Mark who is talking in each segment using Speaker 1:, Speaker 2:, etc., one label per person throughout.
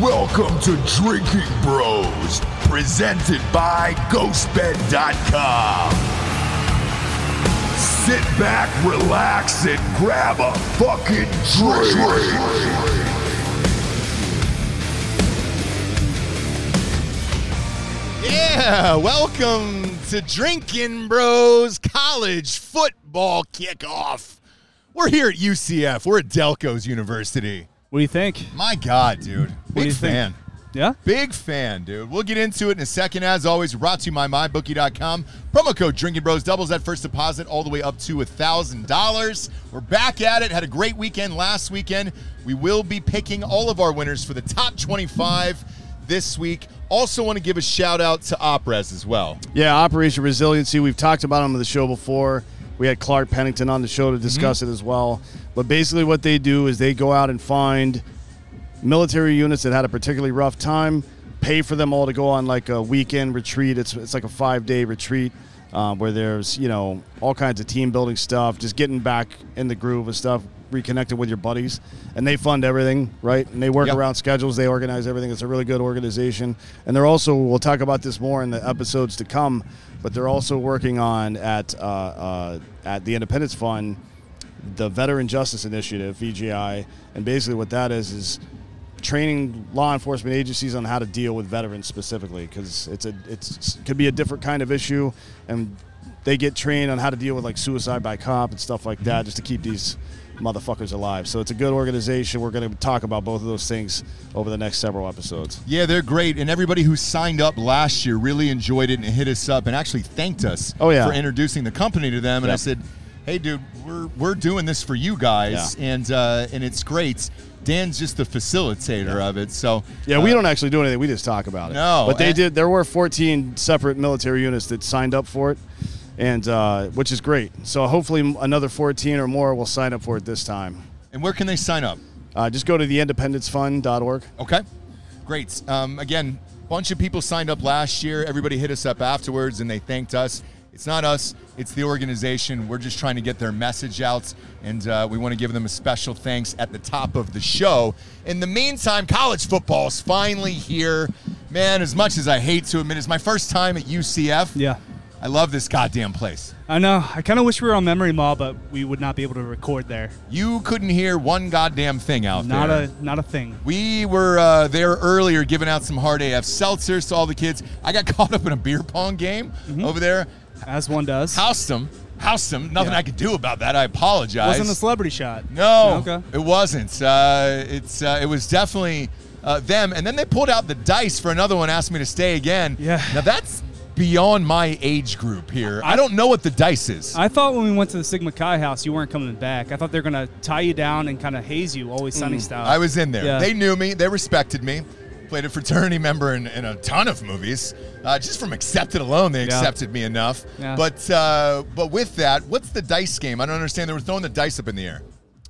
Speaker 1: Welcome to Drinking Bros, presented by GhostBed.com. Sit back, relax, and grab a fucking drink.
Speaker 2: Yeah, welcome to Drinking Bros College Football Kickoff. We're here at UCF. We're at Delco's University.
Speaker 3: What do you think?
Speaker 2: My God, dude.
Speaker 3: do
Speaker 2: Big
Speaker 3: you
Speaker 2: fan.
Speaker 3: think? Yeah?
Speaker 2: Big fan, dude. We'll get into it in a second. As always, brought to you by MyBookie.com. Promo code Drinking Bros doubles that first deposit all the way up to $1,000. We're back at it. Had a great weekend last weekend. We will be picking all of our winners for the top 25 this week. Also, want to give a shout out to Oprez as well.
Speaker 4: Yeah, Operation Resiliency. We've talked about them on the show before. We had Clark Pennington on the show to discuss it as well. But basically, what they do is they go out and find military units that had a particularly rough time, pay for them all to go on like a weekend retreat. It's it's like a five day retreat um, where there's you know all kinds of team building stuff, just getting back in the groove of stuff, reconnecting with your buddies, and they fund everything, right? And they work
Speaker 2: Yep.
Speaker 4: around schedules, they organize everything. It's a really good organization, and they're also we'll talk about this more in the episodes to come, but they're also working on at uh, uh, at the Independence Fund. The Veteran Justice Initiative, VGI, and basically what that is is training law enforcement agencies on how to deal with veterans specifically because it's a it's could be a different kind of issue and they get trained on how to deal with like suicide by cop and stuff like that just to keep these motherfuckers alive so it's a good organization we're going to talk about both of those things over the next several episodes
Speaker 2: Yeah, they're great, and everybody who signed up last year really enjoyed it and hit us up and actually thanked us
Speaker 4: Oh, yeah.
Speaker 2: for introducing the company to them. And I
Speaker 4: Yep.
Speaker 2: said, "Hey, dude, we're we're doing this for you guys, and uh, and it's great." Dan's just the facilitator of it, so
Speaker 4: yeah we
Speaker 2: uh,
Speaker 4: don't actually do anything we just talk about it
Speaker 2: No,
Speaker 4: but they
Speaker 2: and-
Speaker 4: did there were 14 separate military units that signed up for it and uh, which is great so hopefully another 14 or more will sign up for it this time
Speaker 2: And where can they sign up?
Speaker 4: Uh, just go to theindependencefund.org.
Speaker 2: Okay, great. Um, again, bunch of people signed up last year. Everybody hit us up afterwards, and they thanked us. It's not us; it's the organization. We're just trying to get their message out, and uh, we want to give them a special thanks at the top of the show. In the meantime, college football's finally here. Man, as much as I hate to admit, it's my first time at UCF.
Speaker 3: Yeah.
Speaker 2: I love this goddamn place.
Speaker 3: I know. I kind of wish we were on memory mall, but we would not be able to record there.
Speaker 2: You couldn't hear one goddamn thing out
Speaker 3: Not
Speaker 2: there.
Speaker 3: a not a thing.
Speaker 2: We were uh, there earlier giving out some hard AF seltzers to all the kids. I got caught up in a beer pong game over there.
Speaker 3: Mm-hmm. As one does.
Speaker 2: Housed them. Housed them. Nothing
Speaker 3: Yeah.
Speaker 2: I could do about that. I apologize.
Speaker 3: Wasn't a celebrity shot.
Speaker 2: no,
Speaker 3: Okay.
Speaker 2: it wasn't. Uh, it's uh, It was definitely uh, them. And then they pulled out the dice for another one, asked me to stay again.
Speaker 3: Yeah.
Speaker 2: Now that's beyond my age group here. I, don't know what the dice is.
Speaker 3: I thought when we went to the Sigma Chi house, you weren't coming back. I thought they were gonna tie you down and kind of haze you, always sunny style.
Speaker 2: Mm. I was in there.
Speaker 3: Yeah.
Speaker 2: They knew me. They respected me. Played a fraternity member in, in a ton of movies. Uh, just from accepted alone, they
Speaker 3: Yeah.
Speaker 2: accepted me enough.
Speaker 3: Yeah.
Speaker 2: But uh, but with that, what's the dice game? I don't understand. They were throwing the dice up in the air.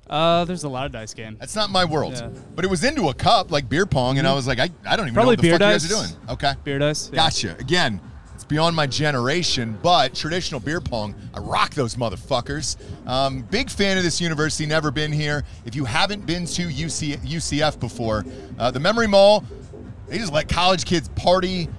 Speaker 3: Uh, there's a lot of dice game.
Speaker 2: That's not my world.
Speaker 3: Yeah. Mm-hmm.
Speaker 2: But it was into a cup like beer pong, and I was like, I, I don't even
Speaker 3: Probably
Speaker 2: know what the
Speaker 3: beer
Speaker 2: fuck
Speaker 3: dice.
Speaker 2: you guys are doing. Okay.
Speaker 3: Beer dice. Yeah.
Speaker 2: Gotcha. Again, it's beyond my generation, but traditional beer pong, I rock those motherfuckers. Um, big fan of this university, never been here. If you haven't been to UC, UCF before, uh, the Memory Mall, they just let college kids party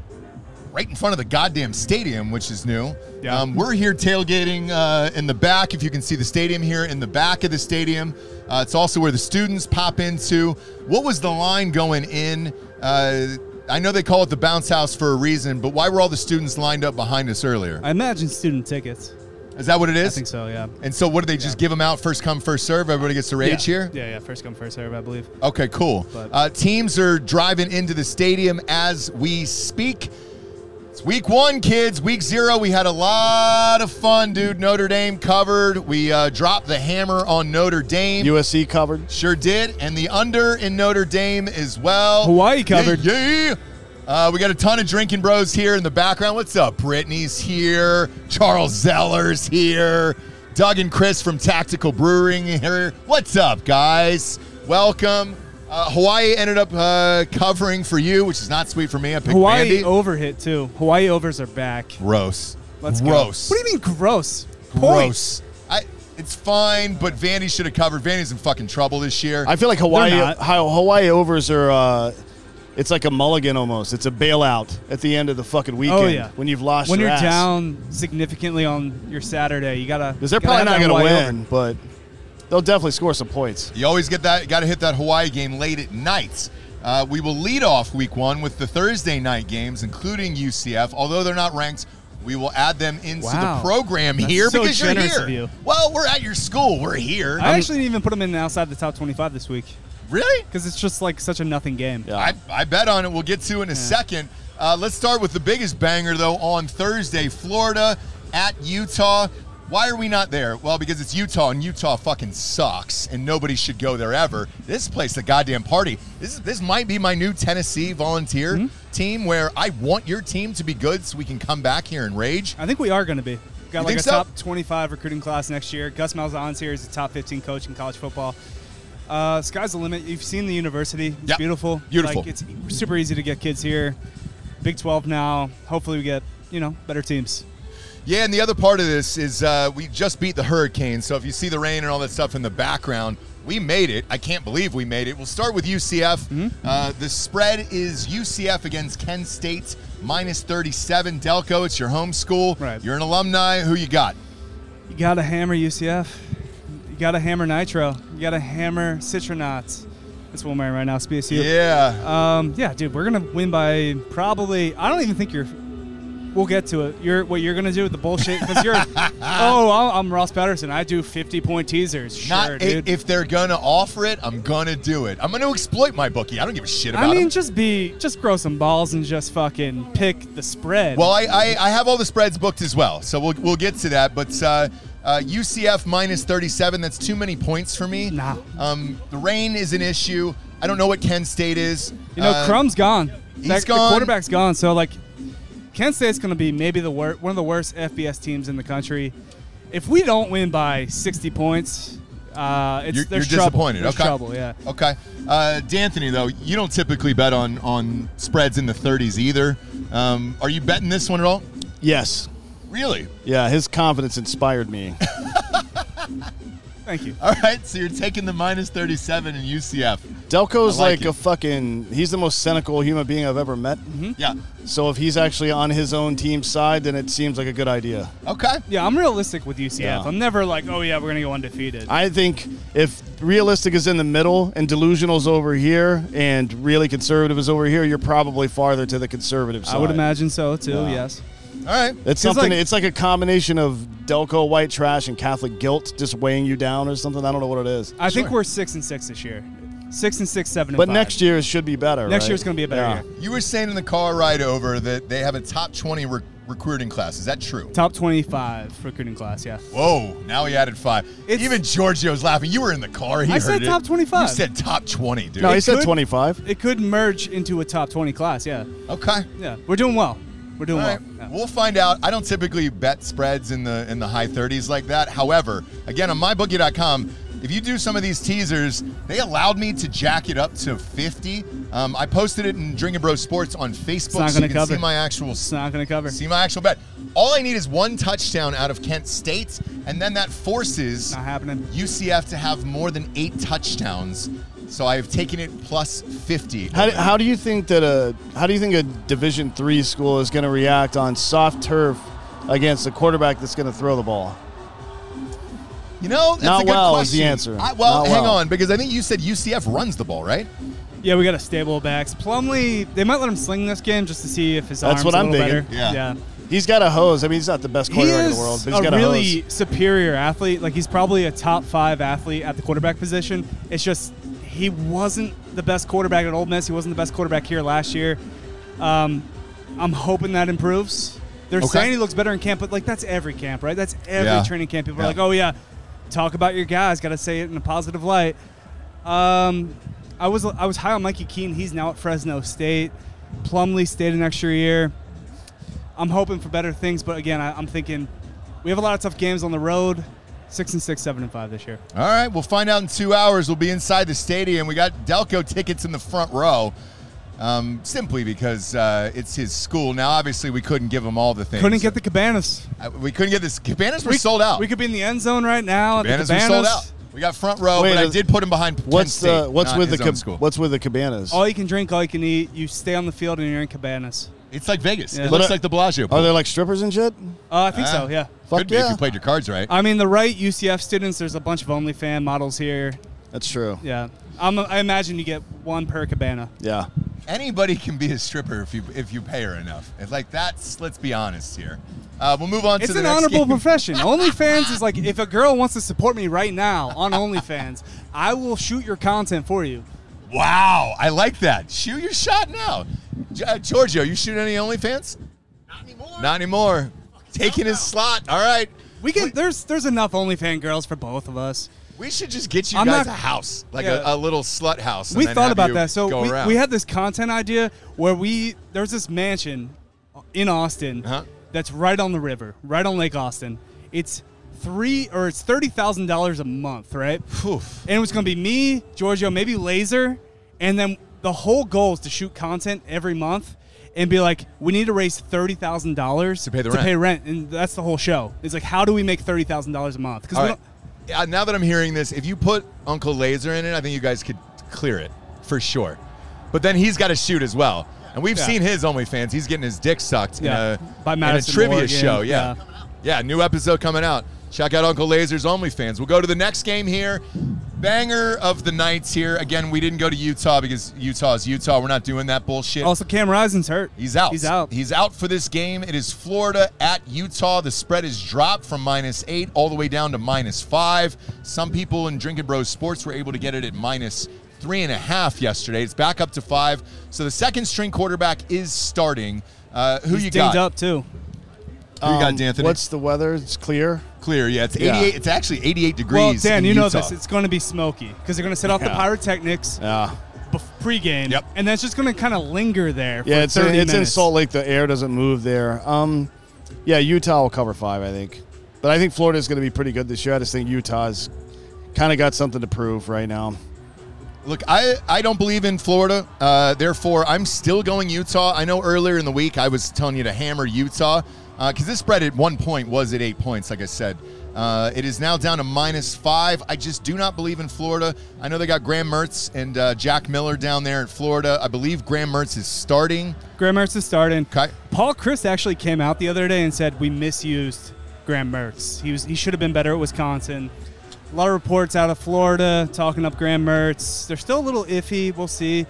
Speaker 2: right in front of the goddamn stadium, which is new.
Speaker 3: Yeah.
Speaker 2: Um, we're here tailgating uh, in the back. If you can see the stadium here, in the back of the stadium, uh, it's also where the students pop into. What was the line going in? Uh, I know they call it the bounce house for a reason, but why were all the students lined up behind us earlier?
Speaker 3: I imagine student tickets.
Speaker 2: Is that what it
Speaker 3: I
Speaker 2: is?
Speaker 3: think so. Yeah.
Speaker 2: And so, what do they just give 'em give them out first come, first serve? Everybody gets to
Speaker 3: Yeah.
Speaker 2: rage here.
Speaker 3: Yeah, yeah. First come, first serve, I believe.
Speaker 2: Okay, cool.
Speaker 3: But-
Speaker 2: Uh, teams are driving into the stadium as we speak. It's week one, kids. Week zero, we had a lot of fun, dude. Notre Dame covered. We uh, dropped the hammer on Notre Dame.
Speaker 4: USC covered.
Speaker 2: sure did. And the under in Notre Dame as well.
Speaker 3: Hawaii covered.
Speaker 2: Yeah. yeah. Uh, we got a ton of drinking bros here in the background. What's up? Brittany's here. Charles Zeller's here. Doug and Chris from Tactical Brewing here. What's up, guys? Welcome. Uh, Hawaii ended up uh, covering for you, which is not sweet for me. I picked
Speaker 3: Hawaii
Speaker 2: Vandy.
Speaker 3: over hit too. Hawaii overs are back.
Speaker 2: gross.
Speaker 3: Let's go.
Speaker 2: gross.
Speaker 3: What do you mean gross? Points.
Speaker 2: Gross. I, it's fine, but Vandy should have covered. Vandy's in fucking trouble this year.
Speaker 4: I feel like Hawaii
Speaker 3: They're not.
Speaker 4: Hi- Hawaii overs are uh, It's like a mulligan almost. It's a bailout at the end of the
Speaker 2: Oh,
Speaker 4: fucking weekend
Speaker 3: Oh, yeah.
Speaker 4: when you've lost
Speaker 3: when
Speaker 4: your
Speaker 3: you're
Speaker 4: ass.
Speaker 3: down significantly on your Saturday, you gotta.
Speaker 4: Because they're probably
Speaker 3: gotta
Speaker 4: not
Speaker 3: have that
Speaker 4: going to
Speaker 3: wide
Speaker 4: win, but they'll definitely score some points.
Speaker 2: You always get that. Got to hit that Hawaii game late at night. Uh, we will lead off week one with the Thursday night games, including UCF. Although they're not ranked, we will add them into
Speaker 3: Wow.
Speaker 2: the program
Speaker 3: That's
Speaker 2: here
Speaker 3: so
Speaker 2: because you're
Speaker 3: generous
Speaker 2: here.
Speaker 3: of you.
Speaker 2: Well, we're at your school. We're here.
Speaker 3: open. I actually didn't even put them in outside the top 25 this week
Speaker 2: really?
Speaker 3: because it's just like such a nothing game.
Speaker 4: Yeah.
Speaker 2: I, I bet on it. We'll get to in a second. Uh, let's start with the biggest banger, though, on Thursday Florida at Utah. Why are we not there? Well, because it's Utah, and Utah fucking sucks, and nobody should go there ever. This place, a goddamn party. This, this might be my new Tennessee volunteer
Speaker 3: Hmm?
Speaker 2: team where I want your team to be good so we can come back here and rage.
Speaker 3: I think we are going to be. Got
Speaker 2: You
Speaker 3: like
Speaker 2: think
Speaker 3: a
Speaker 2: so?
Speaker 3: top 25 recruiting class next year. Gus Malzahn's here is a top 15 coach in college football. Uh, sky's the limit. You've seen the university. It's
Speaker 2: Yep.
Speaker 3: beautiful.
Speaker 2: Beautiful.
Speaker 3: Like, it's super easy to get kids here. Big 12 now. Hopefully we get, you know, better teams.
Speaker 2: Yeah, and the other part of this is uh, we just beat the hurricane. So if you see the rain and all that stuff in the background, we made it. I can't believe we made it. We'll start with UCF.
Speaker 3: Mm-hmm.
Speaker 2: Uh, the spread is UCF against Kent State minus 37. Delco, it's your home school.
Speaker 3: Right.
Speaker 2: You're an alumni. Who you got?
Speaker 3: You got to hammer UCF. You got to hammer Nitro. You got to hammer Citronauts. That's what I'm wearing right now. It's BSU.
Speaker 2: Yeah.
Speaker 3: Um, yeah, dude, we're gonna win by probably. I don't even think you're. We'll get to it. You're what you're gonna do with the bullshit because you're. oh, I'm- I'm Ross Patterson. I do 50 point teasers. Sure,
Speaker 2: Not i-
Speaker 3: dude.
Speaker 2: if they're gonna offer it, I'm gonna do it. I'm gonna exploit my bookie. I don't give a shit about
Speaker 3: I mean,
Speaker 2: him.
Speaker 3: just be, just grow some balls and just fucking pick the spread.
Speaker 2: Well, I, I, I have all the spreads booked as well, so we'll, we'll get to that. But uh, uh, UCF minus 37, that's too many points for me.
Speaker 3: Nah.
Speaker 2: Um, the rain is an issue. I don't know what Kent State is.
Speaker 3: you know,
Speaker 2: Uh,
Speaker 3: Crumb's gone.
Speaker 2: he's
Speaker 3: That-
Speaker 2: gone.
Speaker 3: The quarterback's gone. So like, Kent State's gonna be maybe the wor- one of the worst FBS teams in the country. If we don't win by 60 points, uh, it's
Speaker 2: You're,
Speaker 3: there's
Speaker 2: you're
Speaker 3: trouble.
Speaker 2: disappointed.
Speaker 3: There's
Speaker 2: okay.
Speaker 3: trouble. Yeah.
Speaker 2: Okay. Uh, D'Anthony, though, you don't typically bet on, on spreads in the 30s either. Um, are you betting this one at all?
Speaker 4: Yes.
Speaker 2: Really?
Speaker 4: Yeah, his confidence inspired me.
Speaker 3: Thank you.
Speaker 2: All right. So you're taking the minus 37 in UCF.
Speaker 4: Delco's
Speaker 2: I like
Speaker 4: like,
Speaker 2: it.
Speaker 4: a fucking, he's the most cynical human being I've ever met.
Speaker 3: Mm-hmm.
Speaker 2: Yeah.
Speaker 4: So if he's actually on his own team's side, then it seems like a good idea.
Speaker 2: Okay.
Speaker 3: Yeah, I'm realistic with UCF.
Speaker 4: Yeah.
Speaker 3: I'm never like, oh yeah, we're gonna go undefeated.
Speaker 4: I think if realistic is in the middle and delusional's over here and really conservative is over here, you're probably farther to the conservative side.
Speaker 3: I would imagine so too.
Speaker 4: Yeah.
Speaker 3: Yes.
Speaker 2: All right.
Speaker 4: It's
Speaker 3: 'Cause,
Speaker 4: something.
Speaker 3: like-
Speaker 4: it's like a combination of Delco white trash and Catholic guilt just weighing you down or something. I don't know what it is.
Speaker 3: I think
Speaker 2: Sure.
Speaker 3: we're six and six this year. Six and six, seven.
Speaker 4: But
Speaker 3: and
Speaker 4: next year it should be better.
Speaker 3: Next
Speaker 4: right?
Speaker 3: year's gonna be a better
Speaker 4: Yeah.
Speaker 3: year.
Speaker 2: You were saying in the car ride over that they have a top 20 rec- recruiting class. Is that true?
Speaker 3: top twenty-five recruiting class. Yeah.
Speaker 2: Whoa, now he added five.
Speaker 3: It's-
Speaker 2: Even Giorgio's laughing. You were in the car. He
Speaker 3: I
Speaker 2: heard
Speaker 3: said
Speaker 2: it.
Speaker 3: top 25.
Speaker 2: You said top 20, dude.
Speaker 4: No, he
Speaker 3: It
Speaker 4: said
Speaker 3: could-
Speaker 4: 25.
Speaker 3: It could merge into a top twenty class. Yeah.
Speaker 2: okay.
Speaker 3: Yeah. We're doing well. We're doing
Speaker 2: All right.
Speaker 3: well. Yeah.
Speaker 2: We'll find out. I don't typically bet spreads in the in the high 30s like that. However, again, on mybookie.com, if you do some of these teasers, they allowed me to jack it up to 50. Um, I posted it in Drinking Bro Sports on Facebook
Speaker 3: not
Speaker 2: so you
Speaker 3: gonna
Speaker 2: can
Speaker 3: cover.
Speaker 2: see my actual
Speaker 3: It's not gonna cover.
Speaker 2: see my actual bet. All I need is one touchdown out of Kent State, and then that forces
Speaker 3: Not happening.
Speaker 2: UCF to have more than eight touchdowns. So I have taken it plus 50.
Speaker 4: How do, how do you think that a how do you think a Division three school is going to react on soft turf against a quarterback that's going to throw the ball?
Speaker 2: you know, that's
Speaker 4: Not
Speaker 2: a good
Speaker 4: well is
Speaker 2: question.
Speaker 4: the answer.
Speaker 2: I, well,
Speaker 4: Not
Speaker 2: hang
Speaker 4: well.
Speaker 2: on, because I think you said UCF runs the ball, right?
Speaker 3: Yeah, we got a stable backs. Plumlee, they might let him sling this game just to see if his
Speaker 4: That's
Speaker 3: arm's
Speaker 4: what
Speaker 3: a
Speaker 4: I'm
Speaker 3: little
Speaker 4: thinking.
Speaker 3: better.
Speaker 2: Yeah.
Speaker 3: Yeah.
Speaker 4: He's got a hose. I mean, he's not the best
Speaker 3: He
Speaker 4: quarterback in
Speaker 3: is
Speaker 4: the world, but he's
Speaker 3: a
Speaker 4: got a
Speaker 3: really
Speaker 4: hose.
Speaker 3: superior athlete. Like he's probably a top five athlete at the quarterback position. It's just he wasn't the best quarterback at Ole Miss. He wasn't the best quarterback here last year. Um, I'm hoping that improves. They're
Speaker 2: Okay.
Speaker 3: saying he looks better in camp, but like that's every camp, right? That's every
Speaker 2: Yeah.
Speaker 3: training camp. People
Speaker 2: Yeah.
Speaker 3: are like, oh yeah, talk about your guys. Got to say it in a positive light. Um, I was I was high on Mikey Keene. He's now at Fresno State. Plumlee stayed an extra year. I'm hoping for better things, but again, I, I'm thinking we have a lot of tough games on the road. Six and six, seven and five this year.
Speaker 2: All right, we'll find out in two hours. We'll be inside the stadium. We got Delco tickets in the front row. Um, simply because uh, it's his school. Now, obviously, we couldn't give him all the things.
Speaker 3: Couldn't get the Cabanas.
Speaker 2: Uh, we couldn't get this. Cabanas were sold out.
Speaker 3: We could be in the end zone right now. at the
Speaker 2: Cabanas were sold out. We got front row,
Speaker 4: Wait,
Speaker 2: but I
Speaker 4: is-
Speaker 2: did put him behind Penn
Speaker 4: What's
Speaker 2: State,
Speaker 4: the what's
Speaker 2: not
Speaker 4: with the
Speaker 2: his own
Speaker 4: cab-
Speaker 2: school.
Speaker 4: what's with the cabanas?
Speaker 3: All you can drink, all you can eat. You stay on the field and you're in cabanas.
Speaker 2: It's like Vegas.
Speaker 3: Yeah.
Speaker 2: It
Speaker 3: But
Speaker 2: looks
Speaker 4: I-
Speaker 2: like the Bellagio.
Speaker 4: Are
Speaker 2: Pool.
Speaker 4: there like strippers and shit?
Speaker 3: Uh, I think
Speaker 2: Ah.
Speaker 3: so. Yeah. Uh,
Speaker 4: Fuck
Speaker 2: Could be if
Speaker 4: yeah.
Speaker 2: you played your cards right.
Speaker 3: I mean, the right UCF students. There's a bunch of OnlyFans models here.
Speaker 4: That's true.
Speaker 3: Yeah. I'm, I imagine you get one per cabana.
Speaker 4: Yeah.
Speaker 2: Anybody can be a stripper if you if you pay her enough. It's like that's. Let's be honest here. Uh, we'll move on
Speaker 3: It's
Speaker 2: to the
Speaker 3: an
Speaker 2: next
Speaker 3: honorable
Speaker 2: game.
Speaker 3: profession. OnlyFans is like if a girl wants to support me right now on OnlyFans, I will shoot your content for you.
Speaker 2: Wow, I like that. Shoot your shot now. G- uh, Giorgio, you shoot any OnlyFans? Not anymore. Taking his slot. All right.
Speaker 3: We can. There's there's enough OnlyFans girls for both of us.
Speaker 2: We should just get you
Speaker 3: I'm
Speaker 2: guys
Speaker 3: not-
Speaker 2: a house, like
Speaker 3: Yeah.
Speaker 2: a, a little slut house. and
Speaker 3: we
Speaker 2: then
Speaker 3: thought
Speaker 2: have
Speaker 3: about
Speaker 2: you
Speaker 3: that. So
Speaker 2: go
Speaker 3: we,
Speaker 2: around.
Speaker 3: we had this content idea where we there's this mansion in Austin
Speaker 2: Uh-huh.
Speaker 3: that's right on the river, right on Lake Austin. It's three or it's thirty thousand dollars a month, right?
Speaker 2: Oof.
Speaker 3: And it was gonna be me, Giorgio, maybe Laser, and then the whole goal is to shoot content every month and be like, we need to raise thirty thousand dollars
Speaker 2: To pay the
Speaker 3: to
Speaker 2: rent.
Speaker 3: pay rent, and that's the whole show. It's like, how do we make thirty thousand dollars a month? Because
Speaker 2: All right. Uh, now that I'm hearing this, if you put Uncle Laser in it, I think you guys could clear it for sure. But then he's got to shoot as well. And we've
Speaker 3: Yeah.
Speaker 2: seen his OnlyFans. He's getting his dick sucked in
Speaker 3: Yeah.
Speaker 2: a,
Speaker 3: By
Speaker 2: in a
Speaker 3: Madison
Speaker 2: trivia
Speaker 3: Morgan.
Speaker 2: show. Yeah.
Speaker 3: Yeah.
Speaker 2: yeah. new episode coming out. Check out Uncle Laser's OnlyFans. We'll go to the next game here. Banger of the nights here. Again, we didn't go to Utah because Utah is Utah. We're not doing that bullshit.
Speaker 3: also, Cam Rising's hurt.
Speaker 2: He's out.
Speaker 3: He's out.
Speaker 2: He's out for this game. It is Florida at Utah. The spread is dropped from minus eight all the way down to minus five. Some people in Drinking Bros Sports were able to get it at minus three and a half yesterday. It's back up to five. So the second string quarterback is starting. Uh, who
Speaker 3: He's
Speaker 2: you
Speaker 3: dinged
Speaker 2: got?
Speaker 3: up too.
Speaker 2: Who you got,
Speaker 4: Um,
Speaker 2: D'Anthony?
Speaker 4: What's the weather? It's clear.
Speaker 2: clear? Yeah, it's
Speaker 4: Yeah.
Speaker 2: eighty-eight. It's actually eighty-eight degrees.
Speaker 3: Well, Dan,
Speaker 2: in
Speaker 3: you know
Speaker 2: Utah.
Speaker 3: this. It's going to be smoky because they're going to set off the
Speaker 4: Yeah.
Speaker 3: pyrotechnics
Speaker 4: Yeah.
Speaker 3: bef- pregame,
Speaker 2: Yep.
Speaker 3: and that's just going to kind of linger there.
Speaker 4: Yeah,
Speaker 3: for
Speaker 4: it's
Speaker 3: 30
Speaker 4: in, it's in
Speaker 3: minutes.
Speaker 4: Salt Lake. The air doesn't move there. Um, yeah, Utah will cover five, I think. But I think Florida's going to be pretty good this year. I just think Utah's kind of got something to prove right now.
Speaker 2: Look, I, I don't believe in Florida. Uh, therefore, I'm still going Utah. I know earlier in the week I was telling you to hammer Utah because this spread at one point was at eight points, like I said. Uh, it is now down to minus five. I just do not believe in Florida. I know they got Graham Mertz and uh, Jack Miller down there in Florida. I believe Graham Mertz is starting.
Speaker 3: Graham Mertz is starting.
Speaker 2: Okay.
Speaker 3: Paul Chris actually came out the other day and said we misused Graham Mertz. He was he should have been better at Wisconsin. A lot of reports out of Florida talking up Graham Mertz. They're still a little iffy. We'll see.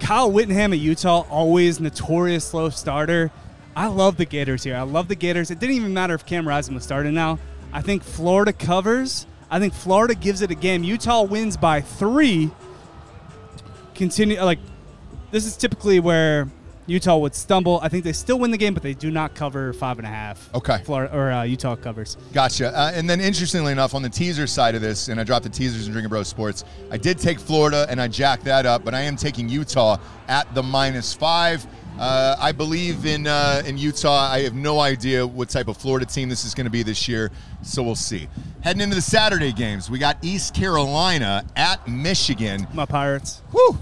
Speaker 3: Kyle Whittingham at Utah, always notorious slow starter. I love the Gators here. I love the Gators. It didn't even matter if Cam Rising was starting now. I think Florida covers. I think Florida gives it a game. Utah wins by three. Continue like this is typically where Utah would stumble. I think they still win the game, but they do not cover five and a half.
Speaker 2: Okay.
Speaker 3: Florida or uh, Utah covers.
Speaker 2: Gotcha. Uh, and then, interestingly enough, on the teaser side of this, and I dropped the teasers in Drinking Bros Sports, I did take Florida and I jacked that up, but I am taking Utah at the minus five. Uh, I believe in uh, in Utah. I have no idea what type of Florida team this is going to be this year, so we'll see. Heading into the Saturday games, we got East Carolina at Michigan.
Speaker 3: My Pirates.
Speaker 2: Whew.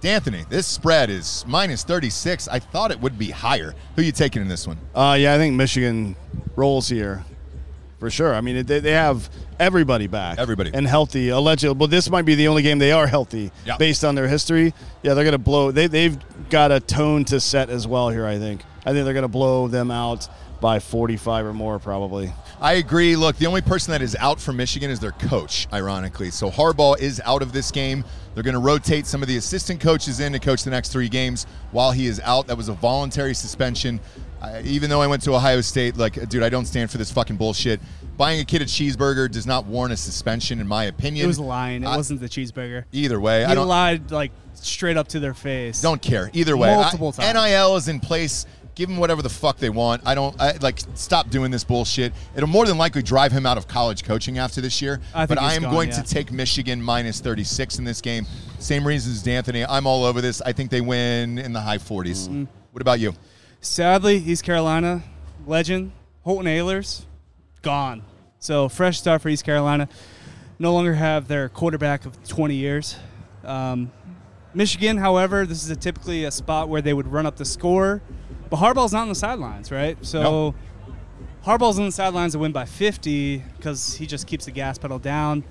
Speaker 2: D'Anthony, this spread is minus 36. I thought it would be higher. Who you taking in this one?
Speaker 4: Uh, yeah, I think Michigan rolls here for sure. I mean, they, they have everybody back,
Speaker 2: Everybody.
Speaker 4: and healthy. Allegedly, but this might be the only game they are healthy
Speaker 2: Yeah.
Speaker 4: based on their history. Yeah, they're gonna blow. They they've got a tone to set as well here. I think. I think they're gonna blow them out by 45 or more probably.
Speaker 2: I agree. Look, the only person that is out for Michigan is their coach, ironically. So Harbaugh is out of this game. They're going to rotate some of the assistant coaches in to coach the next three games while he is out. That was a voluntary suspension. I, even though I went to Ohio State, like, dude, I don't stand for this fucking bullshit. Buying a kid a cheeseburger does not warrant a suspension, in my opinion.
Speaker 3: It was lying. It
Speaker 2: I-
Speaker 3: wasn't the cheeseburger.
Speaker 2: Either way,
Speaker 3: He
Speaker 2: I don't.
Speaker 3: lied like straight up to their face.
Speaker 2: Don't care. Either way, I-
Speaker 3: Multiple times.
Speaker 2: NIL is in place. Give him whatever the fuck they want. I don't I, like stop doing this bullshit. It'll more than likely drive him out of college coaching after this year.
Speaker 3: I think
Speaker 2: but
Speaker 3: he's
Speaker 2: I am
Speaker 3: gone,
Speaker 2: going to
Speaker 3: yeah.
Speaker 2: take Michigan minus 36 in this game. Same reasons as Anthony. I'm all over this. I think they win in the high 40s.
Speaker 3: Mm-hmm.
Speaker 2: What about you?
Speaker 3: Sadly, East Carolina legend Holton Ayler's gone. So fresh start for East Carolina. No longer have their quarterback of 20 years. Um, Michigan, however, this is a typically a spot where they would run up the score, but Harbaugh's not on the sidelines, right? So
Speaker 2: Nope.
Speaker 3: Harbaugh's on the sidelines to win by 50 because he just keeps the gas pedal down.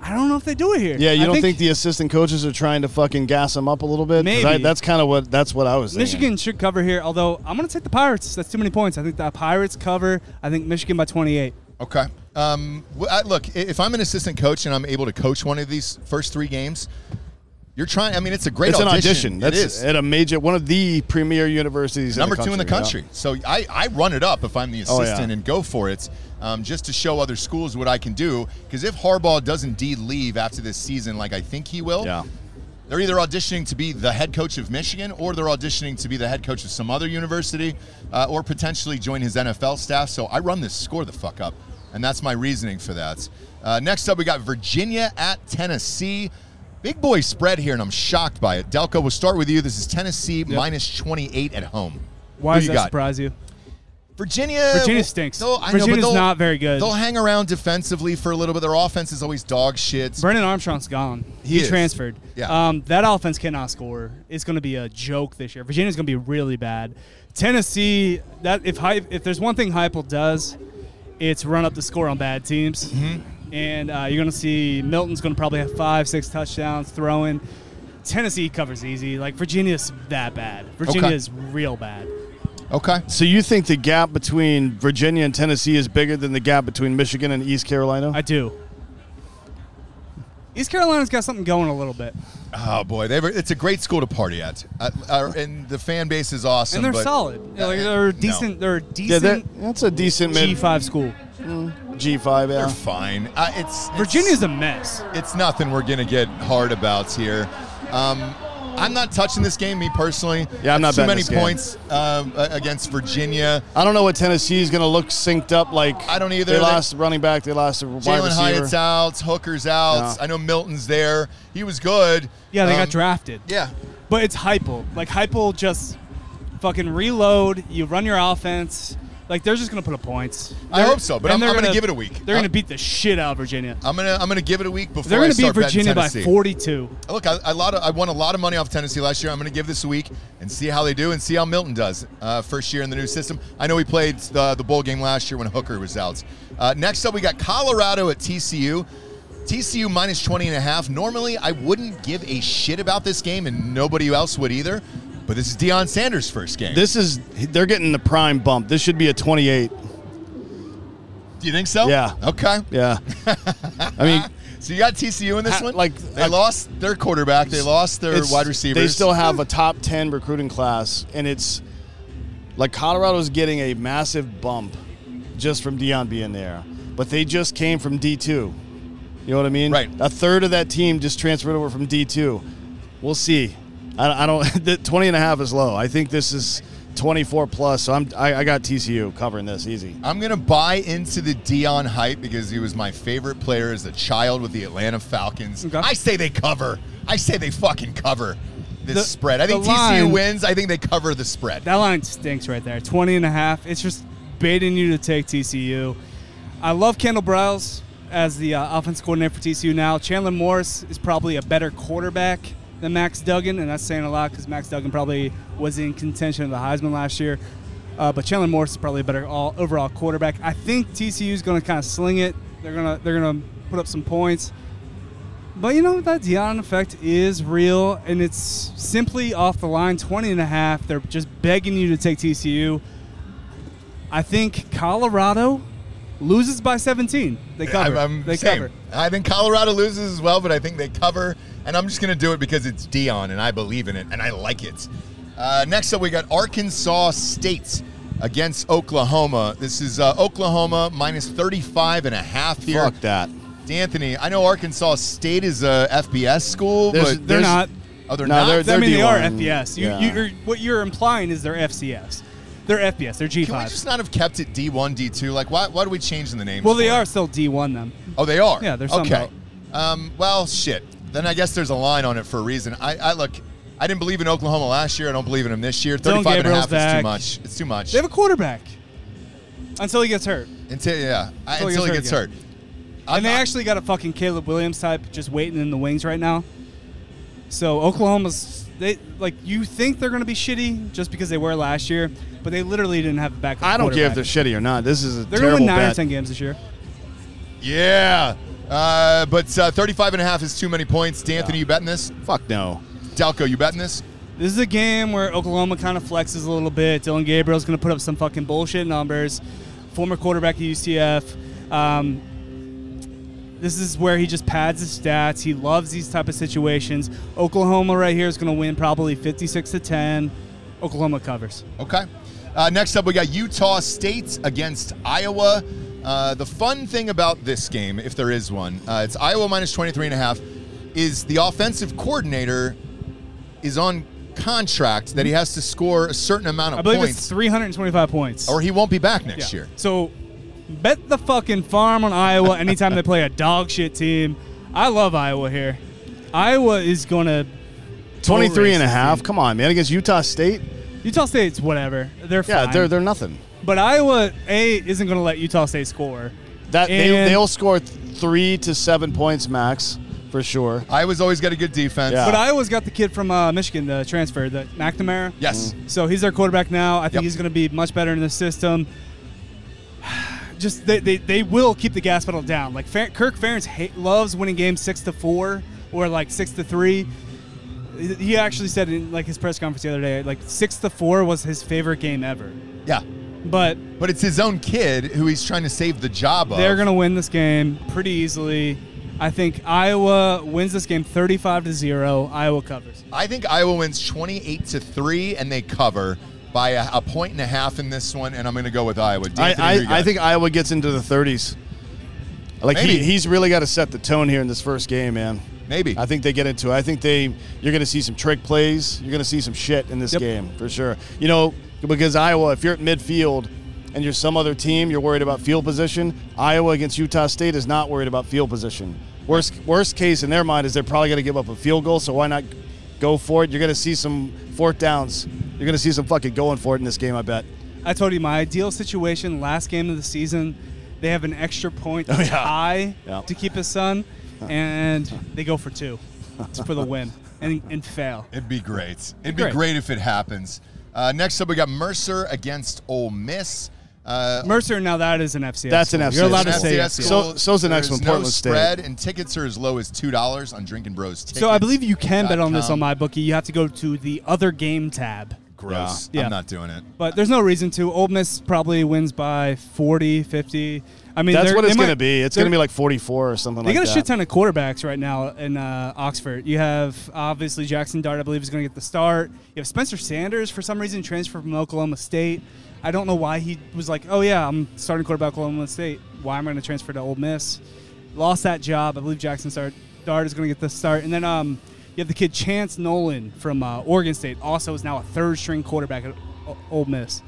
Speaker 3: I don't know if they do it here.
Speaker 4: Yeah, you
Speaker 3: I
Speaker 4: don't think, the assistant coaches are trying to fucking gas them up a little bit? 'Cause I-
Speaker 3: Maybe.
Speaker 4: that's kind of what that's what I was. thinking.
Speaker 3: Michigan should cover here? Although I'm going to take the Pirates. That's too many points. I think the Pirates cover. I think Michigan by 28.
Speaker 2: Okay. Um, wh- I, look, i- if I'm an assistant coach and I'm able to coach one of these first three games, you're trying. I mean, it's a great
Speaker 4: It's an
Speaker 2: audition.
Speaker 4: audition. That's
Speaker 2: it is.
Speaker 4: at a major, one of the premier universities.
Speaker 2: Number
Speaker 4: the
Speaker 2: two in the
Speaker 4: country,
Speaker 2: country.
Speaker 4: yeah.
Speaker 2: So I, I run it up if I'm the
Speaker 4: Oh, yeah.
Speaker 2: assistant and go for it um, just to show other schools what I can do. Because if Harbaugh does indeed leave after this season, like I think he will,
Speaker 4: Yeah.
Speaker 2: they're either auditioning to be the head coach of Michigan or they're auditioning to be the head coach of some other university uh, or potentially join his NFL staff. So I run this score the fuck up. And that's my reasoning for that. Uh, next up, we got Virginia at Tennessee. Big boy spread here, and I'm shocked by it. Delco, we'll start with you. This is Tennessee minus 28 at home.
Speaker 3: Why
Speaker 2: Who
Speaker 3: does
Speaker 2: you
Speaker 3: that
Speaker 2: got?
Speaker 3: surprise you?
Speaker 2: Virginia.
Speaker 3: Virginia
Speaker 2: well,
Speaker 3: stinks.
Speaker 2: they'll- I know, but
Speaker 3: Virginia's
Speaker 2: they'll-
Speaker 3: not very good.
Speaker 2: They'll hang around defensively for a little bit. Their offense is always dog shit.
Speaker 3: Brendan Armstrong's gone.
Speaker 2: He
Speaker 3: He,
Speaker 2: is.
Speaker 3: transferred.
Speaker 2: Yeah.
Speaker 3: Um, that offense cannot score. It's going to be a joke this year. Virginia's going to be really bad. Tennessee. That if Hy- if there's one thing Heupel does, it's run up the score on bad teams.
Speaker 2: Mm-hmm.
Speaker 3: And uh, you're going to see Milton's going to probably have five, six touchdowns throwing. Tennessee covers easy. Like Virginia's that bad. Virginia
Speaker 2: Okay.
Speaker 3: is real bad.
Speaker 2: Okay.
Speaker 4: So you think the gap between Virginia and Tennessee is bigger than the gap between Michigan and East Carolina?
Speaker 3: I do. East Carolina's got something going a little bit,
Speaker 2: Oh boy, they were, it's a great school to party at, uh, uh, and the fan base is awesome.
Speaker 3: and they're
Speaker 2: but-
Speaker 3: solid.
Speaker 2: Uh,
Speaker 3: Like, they're
Speaker 2: no.
Speaker 3: decent. They're a
Speaker 4: yeah, that,
Speaker 3: decent.
Speaker 4: that's a decent mid
Speaker 3: G5 school.
Speaker 4: G5.
Speaker 2: They're
Speaker 4: Yeah.
Speaker 2: fine. Uh, it's it's-
Speaker 3: Virginia's a mess.
Speaker 2: it's nothing we're gonna get hard about here. Um, I'm not touching this game, me personally.
Speaker 4: Yeah, I'm not
Speaker 2: That's too
Speaker 4: betting
Speaker 2: many
Speaker 4: this game.
Speaker 2: points um, a- against Virginia.
Speaker 4: I don't know what Tennessee is going to look synced up like.
Speaker 2: I don't either.
Speaker 4: They
Speaker 2: They-
Speaker 4: lost running back. They lost a wide
Speaker 2: Jalen Hyatt's
Speaker 4: receiver.
Speaker 2: out, Hooker's out.
Speaker 4: Yeah.
Speaker 2: I know Milton's there. He was good.
Speaker 3: Yeah, they
Speaker 2: Um,
Speaker 3: got drafted.
Speaker 2: Yeah,
Speaker 3: But it's Hypel. Like, Hypel just fucking reload. You run your offense. Like, they're just going to put up points.
Speaker 2: I
Speaker 3: They're-
Speaker 2: hope so, but
Speaker 3: and
Speaker 2: I'm-
Speaker 3: they're
Speaker 2: I'm gonna
Speaker 3: gonna-
Speaker 2: give it a week.
Speaker 3: They're
Speaker 2: Uh,
Speaker 3: going to beat the shit out of Virginia.
Speaker 2: I'm gonna I'm gonna give it a week before
Speaker 3: They're
Speaker 2: I
Speaker 3: going to beat
Speaker 2: start betting
Speaker 3: Virginia by
Speaker 2: Tennessee.
Speaker 3: 42.
Speaker 2: Look, I, I, lot of, I won a lot of money off Tennessee last year. I'm going to give this a week and see how they do and see how Milton does uh, first year in the new system. I know he played the, the bowl game last year when Hooker was out. Uh, next up, we got Colorado at TCU. TCU minus 20 and a half. Normally, I wouldn't give a shit about this game, and nobody else would either. But this is Deion Sanders' first game.
Speaker 4: This is they're getting the prime bump. This should be a 28.
Speaker 2: do you think so?
Speaker 4: Yeah.
Speaker 2: Oh, Okay.
Speaker 4: Yeah. I mean,
Speaker 2: So you got TCU in this
Speaker 4: Ha-
Speaker 2: one.
Speaker 4: like,
Speaker 2: they
Speaker 4: I-
Speaker 2: lost their quarterback, they lost their
Speaker 4: it's-
Speaker 2: wide receivers.
Speaker 4: They still have a top 10 recruiting class, and it's like Colorado's getting a massive bump just from Dion being there, but they just came from D2. You know what I mean?
Speaker 2: Right.
Speaker 4: A third of that team just transferred over from D2. We'll see. I, I don't, the 20 and a half is low. I think this is 24 plus, so I'm, I, I got TCU covering this easy.
Speaker 2: I'm gonna buy into the Dion hype because he was my favorite player as a child with the Atlanta Falcons.
Speaker 3: Okay.
Speaker 2: I say they cover. I say they fucking cover this
Speaker 3: The-
Speaker 2: spread. I think
Speaker 3: the
Speaker 2: TCU
Speaker 3: line-
Speaker 2: wins. I think they cover the spread.
Speaker 3: That line stinks right there. 20 and a half. It's just baiting you to take TCU. I love Kendall Briles as the uh, offense coordinator for TCU now. Chandler Morris is probably a better quarterback than Max Duggan, and that's saying a lot because Max Duggan probably was in contention of the Heisman last year. Uh, but Chandler Morris is probably a better all, overall quarterback. I think TCU is going to kind of sling it. They're gonna they're gonna put up some points. But you know, that Dion effect is real, and it's simply off the line 20 and a half. They're just begging you to take TCU. I think Colorado loses by 17. They
Speaker 2: I'm,
Speaker 3: cover.
Speaker 2: I'm
Speaker 3: they
Speaker 2: same.
Speaker 3: cover.
Speaker 2: I think Colorado loses as well, but I think they cover. And I'm just gonna do it because it's Dion, and I believe in it, and I like it. Uh, next up, we got Arkansas State against Oklahoma. This is uh, Oklahoma minus 35 and a half here.
Speaker 4: Fuck that.
Speaker 2: D'Anthony, I know Arkansas State is a FBS school,
Speaker 4: There's-
Speaker 2: but
Speaker 3: They're
Speaker 4: There's-
Speaker 3: not.
Speaker 2: oh, they're
Speaker 4: No,
Speaker 2: not.
Speaker 4: they're-
Speaker 3: I mean, they are
Speaker 4: D1.
Speaker 3: FBS. You,
Speaker 4: Yeah.
Speaker 3: you, you're, what you're implying is they're FCS. They're FBS. They're G5.
Speaker 2: Can we just not have kept it D one, D two? Like, why? Why do we change the names?
Speaker 3: well, they
Speaker 2: for it?
Speaker 3: are still D1 them.
Speaker 2: Oh, they are.
Speaker 3: Yeah, they're Sun
Speaker 2: okay. Um, well, shit. Then I guess there's a line on it for a reason. I, I look. I didn't believe in Oklahoma last year. I don't believe in him this year.
Speaker 3: Dylan
Speaker 2: 35 and a
Speaker 3: Gabriel's
Speaker 2: half is too
Speaker 3: back.
Speaker 2: much. It's too much.
Speaker 3: They have a quarterback until he gets hurt.
Speaker 2: until yeah, I-
Speaker 3: Until he
Speaker 2: until he gets
Speaker 3: gets hurt
Speaker 2: hurt. I'm
Speaker 3: and they
Speaker 2: not-
Speaker 3: actually got a fucking Caleb Williams type just waiting in the wings right now. So Oklahoma's they like you think they're gonna be shitty just because they were last year, but they literally didn't have a backup.
Speaker 4: I don't care if
Speaker 3: quarterback.
Speaker 4: they're shitty or not. This is a
Speaker 3: they're gonna
Speaker 4: terrible
Speaker 3: win nine
Speaker 4: bet.
Speaker 3: or ten games this year.
Speaker 2: Yeah. Uh, but uh, 35 and a half is too many points. D'Anthony, you betting this?
Speaker 4: Fuck no.
Speaker 2: Dalco, you betting this?
Speaker 3: This is a game where Oklahoma kind of flexes a little bit. Dylan Gabriel's going to put up some fucking bullshit numbers. Former quarterback at UCF. Um, this is where he just pads his stats. He loves these type of situations. Oklahoma right here is going to win probably 56 to 10. Oklahoma covers.
Speaker 2: Okay. Uh, next up, we got Utah State against Iowa. Uh, the fun thing about this game, if there is one, uh, it's Iowa minus 23 and a half, is the offensive coordinator is on contract that he has to score a certain amount of
Speaker 3: I believe it's
Speaker 2: points
Speaker 3: 325 points.
Speaker 2: or he won't be back next
Speaker 3: Yeah.
Speaker 2: year.
Speaker 3: So bet the fucking farm on Iowa anytime they play a dog shit team. I love Iowa here. Iowa is going to
Speaker 4: 23 and a half. Come on, man. Against Utah State?
Speaker 3: Utah State's whatever. They're
Speaker 4: Yeah,
Speaker 3: fine.
Speaker 4: they're they're nothing.
Speaker 3: But Iowa A isn't going to let Utah State score.
Speaker 4: That they,
Speaker 3: And-
Speaker 4: they'll score th- 3 to 7 points max for sure.
Speaker 2: Iowa's always got a good defense.
Speaker 4: Yeah.
Speaker 3: But Iowa's got the kid from uh, Michigan, the transfer, the McNamara.
Speaker 2: Yes.
Speaker 3: So he's their quarterback now. I think
Speaker 2: Mm-hmm. Yep.
Speaker 3: he's going to be much better in the system. Just they, they, they will keep the gas pedal down. Like Fer- Kirk Ferentz ha- loves winning games six to four or like six to three. He- He actually said in like his press conference the other day, like six to four was his favorite game ever.
Speaker 2: Yeah.
Speaker 3: But
Speaker 2: But it's his own kid who he's trying to save the job of.
Speaker 3: They're going to win this game pretty easily. I think Iowa wins this game 35 to 0. Iowa covers.
Speaker 2: I think Iowa wins 28 to 3 and they cover by a, a point and a half in this one and I'm going to go with Iowa.
Speaker 4: I,
Speaker 2: D'Anthony, who you
Speaker 4: I, I
Speaker 2: got?
Speaker 4: think Iowa gets into the 30s. Like he,
Speaker 2: Maybe.
Speaker 4: he's really got to set the tone here in this first game, man.
Speaker 2: maybe.
Speaker 4: I think they get into it. I think they you're going to see some trick plays. You're going to see some shit in this
Speaker 3: Yep.
Speaker 4: game for sure. You know, because Iowa, if you're at midfield and you're some other team, you're worried about field position. Iowa against Utah State is not worried about field position. Worst worst case in their mind is they're probably going to give up a field goal, so why not go for it? You're going to see some fourth downs. You're going to see some fucking going for it in this game, I bet.
Speaker 3: I told you my ideal situation last game of the season, they have an extra point
Speaker 4: Oh, yeah.
Speaker 3: tie
Speaker 4: Yeah.
Speaker 3: to keep his son, and they go for two It's for the win and, and fail.
Speaker 2: It'd be great. It'd be great,
Speaker 3: Great.
Speaker 2: if it happens. Uh, next up, we got Mercer against Ole Miss. Uh,
Speaker 3: Mercer, now that is an FCS.
Speaker 4: That's an
Speaker 3: school.
Speaker 4: FCS
Speaker 3: You're allowed to
Speaker 4: school.
Speaker 3: say
Speaker 4: FCS
Speaker 3: FCS.
Speaker 4: school. So- so's the next
Speaker 2: There's
Speaker 4: one,
Speaker 2: no
Speaker 4: Portland State.
Speaker 2: spread, and tickets are as low as two dollars on Drinking Bros. Tickets.
Speaker 3: So I believe you can bet on this
Speaker 2: .com.
Speaker 3: on my bookie. You have to go to the other game tab.
Speaker 2: Gross.
Speaker 3: Yeah.
Speaker 2: I'm not doing it.
Speaker 3: But there's no reason to. Old Miss probably wins by 40, 50. I mean,
Speaker 4: That's
Speaker 3: they're-
Speaker 4: what
Speaker 3: they
Speaker 4: it's going to
Speaker 3: might-
Speaker 4: be. It's
Speaker 3: they're-
Speaker 4: going to be like 44 or something
Speaker 3: They
Speaker 4: like
Speaker 3: got a
Speaker 4: that.
Speaker 3: shit ton of quarterbacks right now in uh, Oxford. You have obviously Jackson Dart, I believe, is going to get the start. You have Spencer Sanders, for some reason, transferred from Oklahoma State. I don't know why he was like, oh, yeah, I'm starting quarterback Oklahoma State. Why am I going to transfer to Ole Miss? Lost that job. I believe Jackson Dart, Dart is going to get the start. And then um, you have the kid Chance Nolan from uh, Oregon State, also is now a third string quarterback at O- Ole Miss.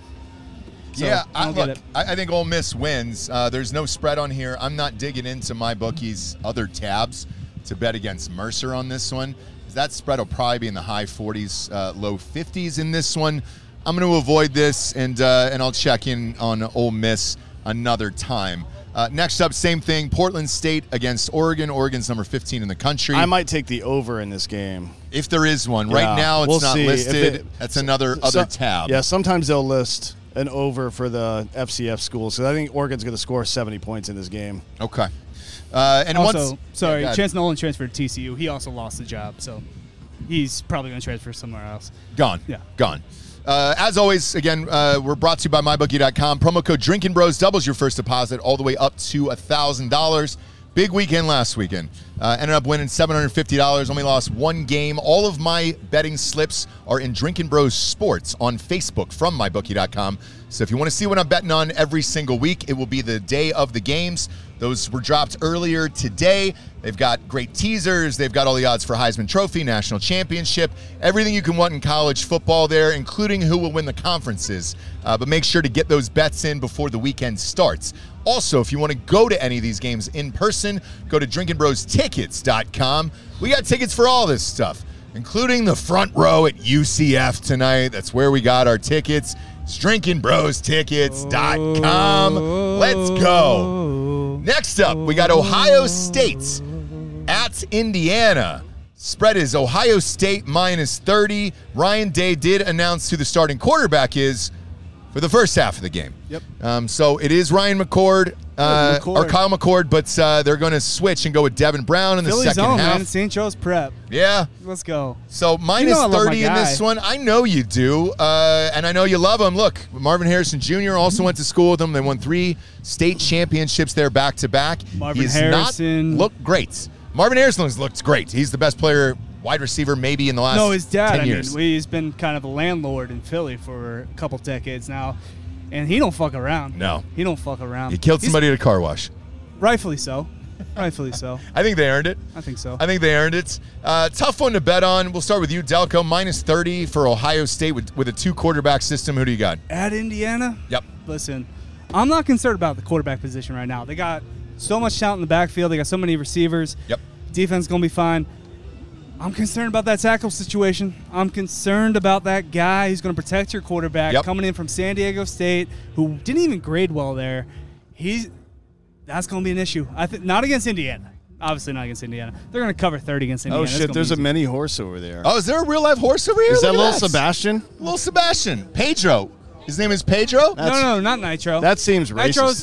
Speaker 3: So,
Speaker 2: yeah,
Speaker 3: I
Speaker 2: I,
Speaker 3: don't get
Speaker 2: look,
Speaker 3: it.
Speaker 2: I, I think Ole Miss wins. Uh, there's no spread on here. I'm not digging into my bookie's other tabs to bet against Mercer on this one. That spread will probably be in the high 40s, uh, low 50s in this one. I'm going to avoid this, and uh, and I'll check in on Ole Miss another time. Uh, next up, same thing: Portland State against Oregon. Oregon's number 15 in the country.
Speaker 4: I might take the over in this game.
Speaker 2: if there is one, right
Speaker 4: Yeah,
Speaker 2: now it's
Speaker 4: we'll
Speaker 2: not
Speaker 4: see. If
Speaker 2: listed.
Speaker 4: it-
Speaker 2: That's another
Speaker 4: So-
Speaker 2: other tab.
Speaker 4: Yeah, sometimes they'll list an over for the FCF schools. So I think Oregon's going to score 70 points in this game.
Speaker 2: Okay. Uh, and
Speaker 3: also,
Speaker 2: once,
Speaker 3: sorry,
Speaker 2: Yeah, go ahead.
Speaker 3: Chance Nolan transferred to TCU. He also lost the job, so he's probably going to transfer somewhere else.
Speaker 2: Gone.
Speaker 3: Yeah.
Speaker 2: Gone. Uh, as always, again, uh, we're brought to you by mybookie.com. Promo code Drinking Bros doubles your first deposit all the way up to $1,000. Big weekend last weekend. Uh, ended up winning $750, only lost one game. All of my betting slips are in Drinking Bros Sports on Facebook from mybookie.com. So if you want to see what I'm betting on every single week, it will be the day of the games. Those were dropped earlier today. They've got great teasers. They've got all the odds for Heisman Trophy, National Championship, everything you can want in college football there, including who will win the conferences. Uh, but make sure to get those bets in before the weekend starts. Also, if you want to go to any of these games in person, go to drinkingbrostickets.com. We got tickets for all this stuff, including the front row at UCF tonight. That's where we got our tickets. It's drinkingbrostickets.com. Let's go. Next up, we got Ohio State at Indiana. Spread is Ohio State minus 30. Ryan Day did announce who the starting quarterback is. for the first half of the game.
Speaker 4: Yep.
Speaker 2: Um, so it is Ryan McCord, uh,
Speaker 4: McCord.
Speaker 2: or Kyle McCord, but uh, they're going to switch and go with Devin Brown in the
Speaker 3: Philly's
Speaker 2: second
Speaker 3: own,
Speaker 2: half.
Speaker 3: man. St. Joe's prep.
Speaker 2: Yeah.
Speaker 3: Let's go.
Speaker 2: So minus
Speaker 3: I love my
Speaker 2: 30 in this
Speaker 3: guy.
Speaker 2: one. I know you do. Uh, and I know you love him. Look, Marvin Harrison Jr. also went to school with him. They won three state championships there back to back.
Speaker 3: Marvin
Speaker 2: He's
Speaker 3: Harrison.
Speaker 2: Not looked great. Marvin Harrison has looked great. He's the best player, wide receiver, maybe in the last
Speaker 3: No, his dad.
Speaker 2: 10
Speaker 3: I mean,
Speaker 2: years.
Speaker 3: we- he's been kind of a landlord in Philly for a couple decades now, and he don't fuck around.
Speaker 2: No.
Speaker 3: he don't fuck around.
Speaker 2: he killed
Speaker 3: He's-
Speaker 2: somebody at a car wash.
Speaker 3: rightfully so. Rightfully so.
Speaker 2: I think they earned it.
Speaker 3: I think so.
Speaker 2: I think they earned it. Uh, tough one to bet on. We'll start with you, Delco. Minus 30 for Ohio State with, with a two quarterback system. Who do you got?
Speaker 3: At Indiana.
Speaker 2: Yep.
Speaker 3: Listen, I'm not concerned about the quarterback position right now. They got so much talent in the backfield. They got so many receivers.
Speaker 2: Yep.
Speaker 3: Defense gonna be fine. I'm concerned about that tackle situation. I'm concerned about that guy who's going to protect your quarterback
Speaker 2: Yep.
Speaker 3: coming in from San Diego State, who didn't even grade well there. He's that's going to be an issue. I think not against Indiana. Obviously not against Indiana. They're going to cover 30 against Indiana.
Speaker 4: oh
Speaker 3: That's
Speaker 4: shit!
Speaker 3: gonna be
Speaker 4: There's a
Speaker 3: easy.
Speaker 4: mini horse over there. Is
Speaker 2: Oh, is there a real life horse over here?
Speaker 4: that
Speaker 2: Look at
Speaker 4: little
Speaker 2: this.
Speaker 4: Sebastian?
Speaker 2: Little Sebastian. Pedro. His name is Pedro.
Speaker 3: no,
Speaker 4: That's-
Speaker 3: no, not Nitro.
Speaker 4: That seems
Speaker 3: Nitro's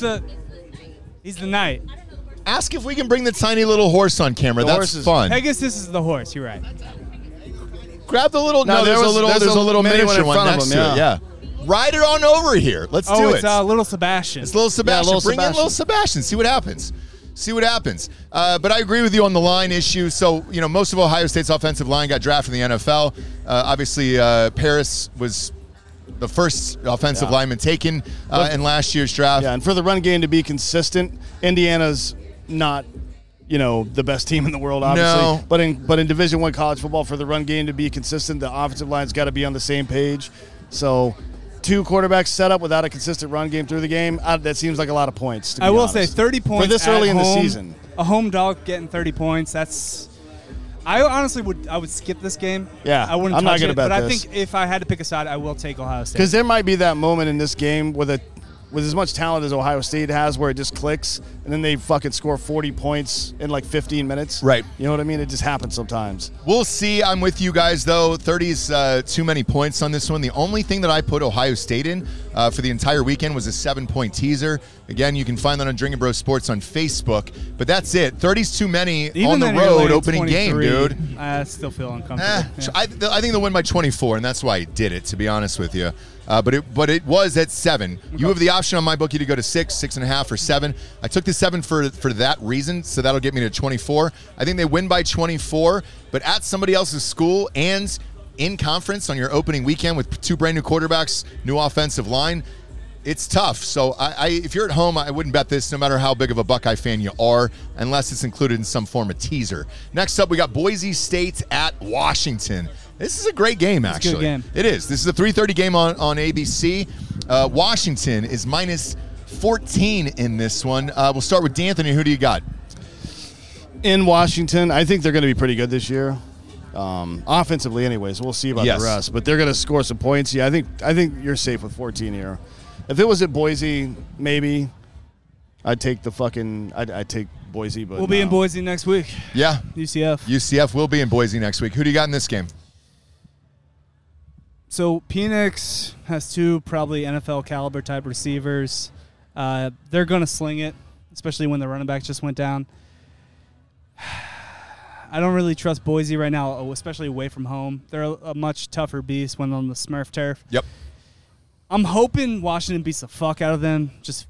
Speaker 4: racist.
Speaker 3: the he's the knight.
Speaker 2: Ask if we can bring the tiny little horse on camera.
Speaker 4: The
Speaker 2: That's
Speaker 4: horse is-
Speaker 2: fun.
Speaker 3: Pegasus is the horse. You're right.
Speaker 2: Grab the little. No,
Speaker 4: No, there
Speaker 2: there's,
Speaker 4: was-
Speaker 2: a little. There's, a little
Speaker 4: mini
Speaker 2: miniature
Speaker 4: one in
Speaker 2: one
Speaker 4: front of
Speaker 2: next
Speaker 4: him,
Speaker 2: to
Speaker 4: yeah.
Speaker 2: it. Yeah. Ride it on over here. Let's
Speaker 3: Oh,
Speaker 2: do
Speaker 3: it's
Speaker 2: it.
Speaker 3: uh, little Sebastian.
Speaker 2: It's little Sebastian.
Speaker 4: little
Speaker 2: Bring in
Speaker 4: Sebastian.
Speaker 2: little Sebastian. See what happens. See what happens. Uh, but I agree with you on the line issue. So you know, most of Ohio State's offensive line got drafted in the NFL. Uh, obviously, uh, Paris was the first offensive
Speaker 4: Yeah.
Speaker 2: lineman taken uh, in last year's draft.
Speaker 4: Yeah, and for the run game to be consistent, Indiana's not, you know, the best team in the world, obviously.
Speaker 2: No.
Speaker 4: But in but in Division One college football, for the run game to be consistent, the offensive line's got to be on the same page. So, two quarterbacks set up without a consistent run game through the game. Uh, that seems like a lot of points. to
Speaker 3: I
Speaker 4: be
Speaker 3: will
Speaker 4: honest.
Speaker 3: say 30 points
Speaker 4: for this
Speaker 3: at
Speaker 4: early in
Speaker 3: home,
Speaker 4: the season.
Speaker 3: A home dog getting 30 points. That's. I honestly would. I would skip this game.
Speaker 4: Yeah,
Speaker 3: I wouldn't.
Speaker 4: I'm not
Speaker 3: touch
Speaker 4: gonna
Speaker 3: it,
Speaker 4: bet
Speaker 3: But I
Speaker 4: this.
Speaker 3: think if I had to pick a side, I will take Ohio State.
Speaker 4: Because there might be that moment in this game with a with as much talent as Ohio State has, where it just clicks, and then they fucking score 40 points in like 15 minutes.
Speaker 2: Right.
Speaker 4: You know what I mean? It just happens sometimes.
Speaker 2: We'll see. I'm with you guys though. 30 is uh, too many points on this one. The only thing that I put Ohio State in uh, for the entire weekend was a seven-point teaser. Again, you can find that on Drinking Bro Sports on Facebook. But that's it. 30's too many
Speaker 3: Even
Speaker 2: on the
Speaker 3: then, you're
Speaker 2: road,
Speaker 3: laying
Speaker 2: opening game,
Speaker 3: 23.
Speaker 2: dude.
Speaker 3: I still feel uncomfortable.
Speaker 2: Eh,
Speaker 3: Yeah.
Speaker 2: I, th- I think they'll win by 24, and that's why he did it. To be honest with you, uh, but it but it was at seven. You have the option on my bookie to go to six, six and a half, or seven. I took the seven for for that reason, so that'll get me to 24. I think they win by 24, but at somebody else's school and in conference on your opening weekend with two brand new quarterbacks, new offensive line. It's tough. So, I, I, if you're at home, I wouldn't bet this, no matter how big of a Buckeye fan you are, unless it's included in some form of teaser. Next up, we got Boise State at Washington. This is a great game,
Speaker 3: a good
Speaker 2: actually.
Speaker 3: game.
Speaker 2: It is. This is a 3:30 game on on ABC. Uh, Washington is minus 14 in this one. Uh, we'll start with D'Anthony. Who do you got?
Speaker 4: in Washington. I think they're going to be pretty good this year, um, offensively. Anyways, we'll see about
Speaker 2: Yes.
Speaker 4: the rest, but they're going to score some points. Yeah, I think I think you're safe with 14 here. If it was at Boise, maybe I'd take the fucking I'd, I'd take Boise, but
Speaker 3: we'll be in
Speaker 4: no.
Speaker 3: Boise next week.
Speaker 2: Yeah,
Speaker 3: UCF.
Speaker 2: UCF will be in Boise next week. Who do you got in this game?
Speaker 3: So Phoenix has two probably NFL caliber type receivers. Uh, they're going to sling it, especially when the running back just went down. I don't really trust Boise right now, oh, especially away from home. They're a, a much tougher beast when on the Smurf turf.
Speaker 2: Yep.
Speaker 3: I'm hoping Washington beats the fuck out of them, just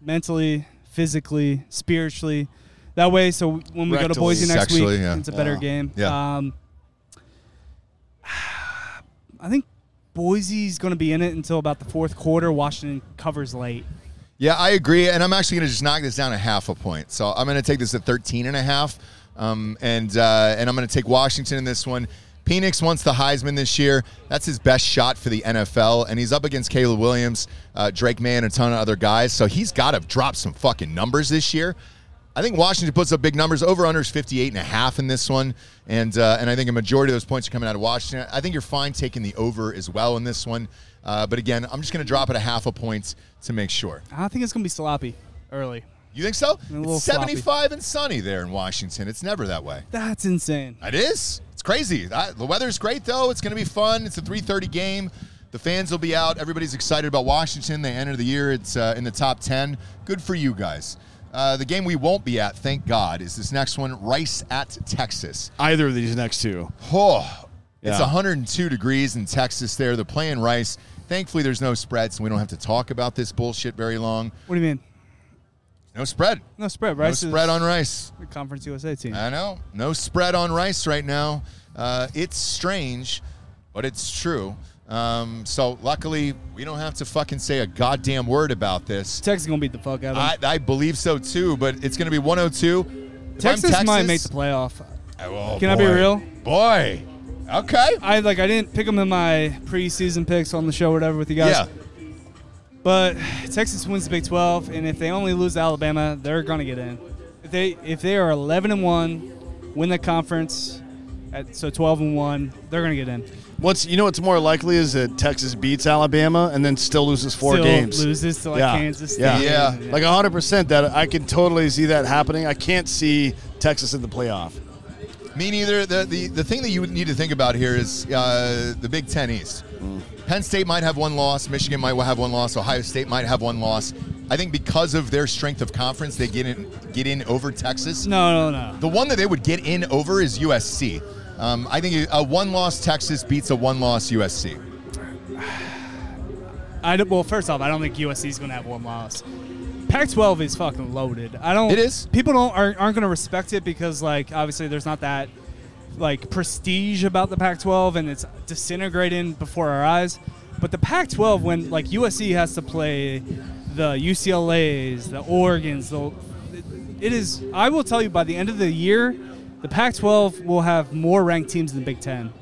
Speaker 3: mentally, physically, spiritually. That way, so when we go to
Speaker 4: Rectally.
Speaker 3: Boise next
Speaker 2: Sexually,
Speaker 3: week,
Speaker 2: yeah.
Speaker 3: it's a better
Speaker 4: Yeah.
Speaker 3: game.
Speaker 2: Yeah.
Speaker 3: Um, I think Boise's going to be in it until about the fourth quarter. Washington covers late.
Speaker 2: Yeah, I agree. And I'm actually going to just knock this down a half a point. So I'm going to take this at 13 and a half. Um, and, uh, and I'm going to take Washington in this one. Phoenix wants the Heisman this year. That's his best shot for the NFL. And he's up against Caleb Williams, uh, Drake May, and a ton of other guys. So he's got to drop some fucking numbers this year. I think Washington puts up big numbers. Over under is 58 and a half in this one. And, uh, and I think a majority of those points are coming out of Washington. I think you're fine taking the over as well in this one. Uh, but again, I'm just going to drop it a half a point to make sure.
Speaker 3: I think it's going to be sloppy early.
Speaker 2: You think so?
Speaker 3: a little
Speaker 2: It's 75 and sunny there in Washington. It's never that way.
Speaker 3: That's insane.
Speaker 2: It is. It's crazy. I- the weather's great though. It's going to be fun. It's a 3:30 game. The The fans will be out. Everybody's excited about Washington. They enter the year. It's uh, in the top ten. Good for you guys. Uh, the game we won't be at, thank God, is this next one, Rice at Texas.
Speaker 4: Either of these next two.
Speaker 2: Oh, it's
Speaker 4: Yeah.
Speaker 2: 102 degrees in Texas there. They're playing Rice. Thankfully, there's no spread, so we don't have to talk about this bullshit very long.
Speaker 3: What do you mean?
Speaker 2: No spread.
Speaker 3: No spread, right?
Speaker 2: no spread on Rice.
Speaker 3: Conference USA team.
Speaker 2: I know. No spread on Rice right now. Uh, it's strange, but it's true. Um, so luckily, we don't have to fucking say a goddamn word about this.
Speaker 3: Texas gonna beat the fuck out of them.
Speaker 2: I, I believe so too, but it's going to be 102. If I'm
Speaker 3: Texas, might make the playoff.
Speaker 2: Oh,
Speaker 3: Can I be
Speaker 2: boy.
Speaker 3: real?
Speaker 2: Boy. Okay.
Speaker 3: I like I didn't pick them in my preseason picks on the show, or whatever, with you guys.
Speaker 2: yeah.
Speaker 3: But Texas wins the Big 12, and if they only lose to Alabama, they're gonna get in. If they if they are 11 and one, win the conference, at so 12 and one, they're gonna get in.
Speaker 4: What's you know what's more likely is that Texas beats Alabama and then still loses four
Speaker 3: Still
Speaker 4: games.
Speaker 3: loses to like Kansas State.
Speaker 4: Yeah.
Speaker 2: Yeah.
Speaker 3: and-
Speaker 4: Like 100% that I can totally see that happening. I can't see Texas in the playoff.
Speaker 2: Me neither. The, the the thing that you would need to think about here is uh, the Big Ten East.
Speaker 4: Mm.
Speaker 2: Penn State might have one loss. Michigan might have one loss. Ohio State might have one loss. I think because of their strength of conference, they get in get in over Texas.
Speaker 3: no, no, no.
Speaker 2: The one that they would get in over is USC. Um, I think a one loss Texas beats a one loss USC.
Speaker 3: I don't, well, first off, I don't think USC is going to have one loss. Pac-12 is fucking loaded. I don't.
Speaker 2: It is.
Speaker 3: People don't aren't, aren't going to respect it because like obviously there's not that like prestige about the Pac-12 and it's disintegrating before our eyes. But the Pac-12, when like USC has to play the UCLA's, the Oregon's, the it is. I will tell you by the end of the year, the Pac-12 will have more ranked teams than the Big Ten.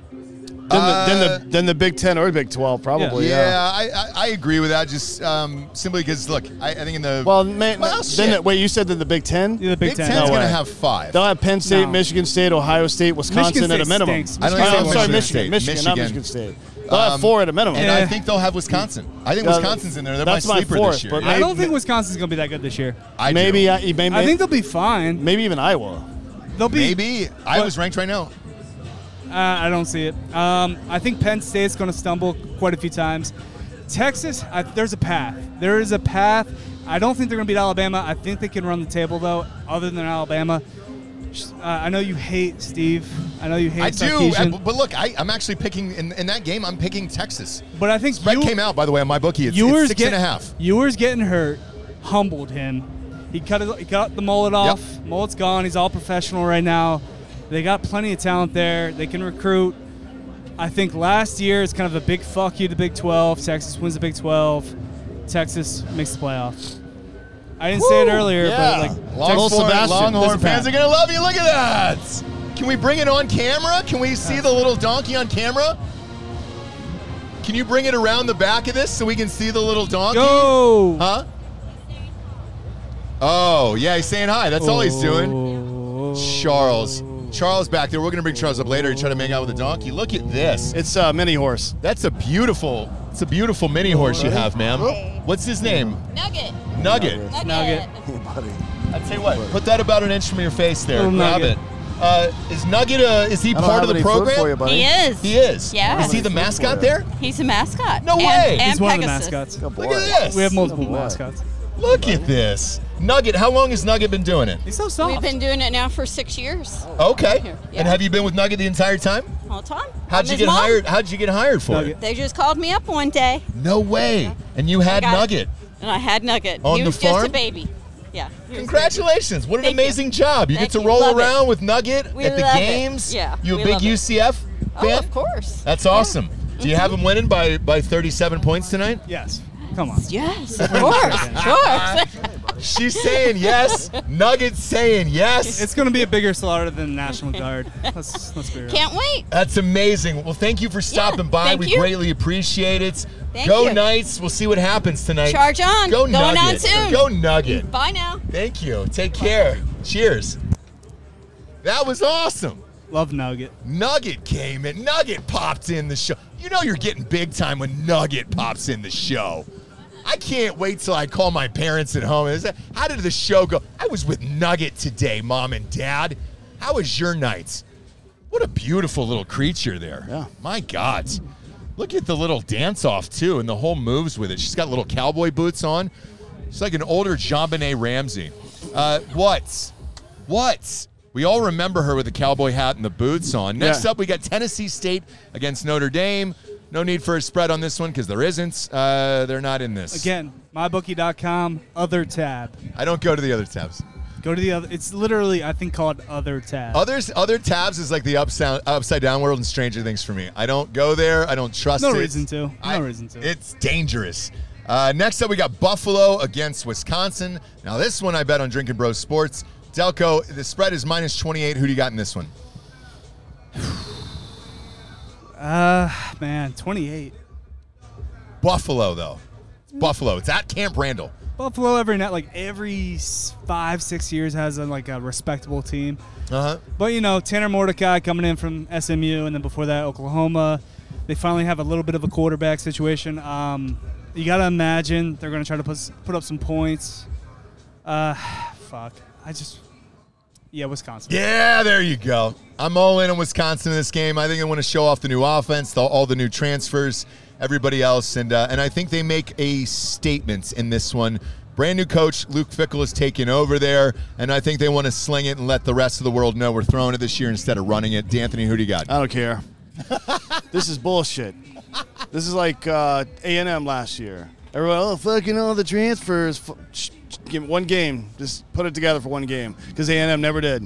Speaker 4: Then the, then the then the Big 10 or Big 12 probably.
Speaker 2: Uh, Yeah, I, I, I agree with that. Just um, simply because look, I, I think in the
Speaker 4: Well, man,
Speaker 2: Well,
Speaker 4: then
Speaker 2: shit.
Speaker 4: the, wait, you said that the Big 10?
Speaker 3: Yeah, the Big,
Speaker 2: Big
Speaker 3: Ten.
Speaker 2: Ten's
Speaker 4: No
Speaker 2: going to
Speaker 4: way.
Speaker 2: have five.
Speaker 4: They'll have Penn State,
Speaker 3: No.
Speaker 4: Michigan State, Ohio State, Wisconsin
Speaker 3: Michigan
Speaker 4: at a
Speaker 3: State
Speaker 4: minimum.
Speaker 3: stinks.
Speaker 2: I don't
Speaker 4: Oh,
Speaker 2: even
Speaker 4: I'm
Speaker 2: think
Speaker 4: sorry, Michigan,
Speaker 2: Michigan
Speaker 4: Michigan,
Speaker 2: State.
Speaker 4: not
Speaker 2: Michigan.
Speaker 4: Michigan State. They'll have four at a minimum.
Speaker 2: And I
Speaker 3: Yeah.
Speaker 2: think they'll have Wisconsin. I think
Speaker 4: Yeah,
Speaker 2: Wisconsin's in there. They're my
Speaker 4: that's my
Speaker 2: sleeper
Speaker 4: fourth,
Speaker 2: this year.
Speaker 4: but
Speaker 3: I don't
Speaker 4: Maybe-
Speaker 3: think Wisconsin's going to be that good this year.
Speaker 2: I do.
Speaker 4: maybe, I, maybe,
Speaker 3: I think they'll be fine.
Speaker 4: maybe even Iowa.
Speaker 3: They'll be.
Speaker 2: maybe I
Speaker 3: But-
Speaker 2: was ranked right now.
Speaker 3: Uh, I don't see it. Um, I think Penn State's going to stumble quite a few times. Texas, I, there's a path. There is a path. I don't think they're going to beat Alabama. I think they can run the table though. Other than Alabama, Sh- uh, I know you hate Steve. I know you hate.
Speaker 2: I do,
Speaker 3: Sarkeesian.
Speaker 2: I- but look, I, I'm actually picking in, in that game. I'm picking Texas.
Speaker 3: but I think
Speaker 2: Spread
Speaker 3: you,
Speaker 2: came out by the way on my bookie. It's,
Speaker 3: Ewers
Speaker 2: it's six
Speaker 3: get-
Speaker 2: and a half.
Speaker 3: Ewers getting hurt humbled him. He cut his, he cut the mullet off. Mullet's gone. He's all professional right now. They got plenty of talent there. They can recruit. I think last year is kind of a big fuck you to Big 12. Texas wins the Big 12. Texas makes the playoffs. I didn't say it earlier, but like
Speaker 2: Longhorn,
Speaker 4: Texas- Sebastian,
Speaker 2: Longhorn
Speaker 4: there's a
Speaker 2: fans
Speaker 4: path.
Speaker 2: are gonna love you. Look at that. Can we bring it on camera? Can we see the little donkey on camera? Can you bring it around the back of this so we can see the little donkey?
Speaker 3: go.
Speaker 2: Huh? Oh yeah, he's saying hi. That's all he's doing.
Speaker 4: Oh.
Speaker 2: Charles. Charles back there. We're going to bring Charles up later and try to make out with a donkey. Look at this.
Speaker 4: It's uh, mini horse.
Speaker 2: That's a beautiful, it's a beautiful mini horse you have, ma'am. What's his name?
Speaker 5: Nugget.
Speaker 2: Nugget.
Speaker 5: Nugget.
Speaker 3: Nugget.
Speaker 2: I tell you what, put that about an inch from your face there.
Speaker 3: Little
Speaker 2: Grab
Speaker 3: Nugget.
Speaker 2: it. Uh, is Nugget a, is he
Speaker 6: I don't
Speaker 2: part
Speaker 6: have
Speaker 2: of the
Speaker 6: any food
Speaker 2: program?
Speaker 6: for you, buddy.
Speaker 5: He is.
Speaker 2: He is.
Speaker 5: Yeah.
Speaker 2: Is he the mascot there?
Speaker 5: He's a mascot.
Speaker 2: No
Speaker 5: And-
Speaker 2: way.
Speaker 5: And
Speaker 3: He's one of the
Speaker 5: Pegasus.
Speaker 3: mascots.
Speaker 6: Good
Speaker 2: Look
Speaker 6: boy.
Speaker 2: at this.
Speaker 3: We have multiple
Speaker 6: Good boy.
Speaker 3: mascots.
Speaker 2: Look at this. Nugget, how long has Nugget been doing it?
Speaker 3: He's so soft.
Speaker 5: We've been doing it now for six years.
Speaker 2: Okay.
Speaker 5: Here, yeah.
Speaker 2: And have you been with Nugget the entire time?
Speaker 5: All the time.
Speaker 2: How'd
Speaker 5: I'm
Speaker 2: you
Speaker 5: his
Speaker 2: get
Speaker 5: mom.
Speaker 2: hired? How'd you get hired for
Speaker 3: Nugget.
Speaker 2: it?
Speaker 5: They just called me up one day,
Speaker 2: No way. And you had
Speaker 5: got it.
Speaker 2: Nugget.
Speaker 5: and I had Nugget.
Speaker 2: On
Speaker 5: he
Speaker 2: the
Speaker 5: was just
Speaker 2: farm?
Speaker 5: a baby. Yeah. he was
Speaker 2: Congratulations! What an
Speaker 5: Thank you.
Speaker 2: amazing job! You
Speaker 5: Thank
Speaker 2: get to
Speaker 5: you.
Speaker 2: roll
Speaker 5: Love it.
Speaker 2: around with Nugget
Speaker 5: We
Speaker 2: at the
Speaker 5: love it.
Speaker 2: games.
Speaker 5: Yeah,
Speaker 2: you a
Speaker 5: we
Speaker 2: big
Speaker 5: love it.
Speaker 2: UCF
Speaker 5: a baby.
Speaker 2: fan? Uh,
Speaker 5: Oh, of course.
Speaker 2: That's awesome. Do you have him winning by by 37 points tonight?
Speaker 3: yes. Come on.
Speaker 5: Yes, of course, of course.
Speaker 2: She's saying yes. Nugget's saying yes.
Speaker 3: It's going to be a bigger slaughter than the National Guard. Let's let's be real.
Speaker 5: Can't wait.
Speaker 2: That's amazing. Well, thank you for stopping by.
Speaker 5: thank
Speaker 2: we
Speaker 5: you.
Speaker 2: greatly appreciate it.
Speaker 5: Thank
Speaker 2: Go
Speaker 5: you.
Speaker 2: Knights. We'll see what happens tonight.
Speaker 5: Charge on.
Speaker 2: Go
Speaker 5: Going on
Speaker 2: Nugget.
Speaker 5: soon.
Speaker 2: Go Nugget.
Speaker 5: Bye now.
Speaker 2: Thank you. Take care. Cheers. That was awesome.
Speaker 3: Love Nugget.
Speaker 2: Nugget came in. Nugget popped in the show. You know you're getting big time when Nugget pops in the show. I can't wait till I call my parents at home. and say, How did the show go? I was with Nugget today, mom and dad. How was your nights? What a beautiful little creature there.
Speaker 4: Yeah.
Speaker 2: My God. Look at the little dance off too, and the whole moves with it. She's got little cowboy boots on. She's like an older JonBenet Ramsey. Uh, what? What? We all remember her with the cowboy hat and the boots on. Next
Speaker 4: Yeah.
Speaker 2: up, we got Tennessee State against Notre Dame. No need for a spread on this one because there isn't. Uh, they're not in this.
Speaker 3: Again, mybookie.com, other tab.
Speaker 2: I don't go to the other tabs.
Speaker 3: Go to the other. It's literally, I think, called other tab.
Speaker 2: Others, other tabs is like the upside, upside down world and Stranger Things for me. I don't go there. I don't trust
Speaker 3: No
Speaker 2: it.
Speaker 3: reason to. No
Speaker 2: I-
Speaker 3: reason to.
Speaker 2: It's dangerous. Uh, next up, we got Buffalo against Wisconsin. Now, this one I bet on Drinking Bros Sports. Delco, the spread is minus 28. Who do you got in this one?
Speaker 3: Uh, man, 28.
Speaker 2: Buffalo, though. It's Buffalo. It's at Camp Randall.
Speaker 3: Buffalo every night, like every s- five, six years, has a, like a respectable team.
Speaker 2: Uh huh.
Speaker 3: But you know, Tanner Mordecai coming in from SMU, and then before that, Oklahoma. They finally have a little bit of a quarterback situation. Um, you gotta imagine they're gonna try to put s- put up some points. Uh, fuck. I just, yeah, Wisconsin.
Speaker 2: Yeah, there you go. I'm all in on Wisconsin in this game. I think they want to show off the new offense, the, all the new transfers, everybody else, and uh, and I think they make a statement in this one. Brand new coach Luke Fickle is taking over there, and I think they want to sling it and let the rest of the world know we're throwing it this year instead of running it. D'Anthony, who do you got?
Speaker 4: I don't care. this is bullshit. This is like uh, A&M last year. Everyone, oh, fucking all the transfers. Fu- sh- sh- Give me one game. Just put it together for one game because A&M never did.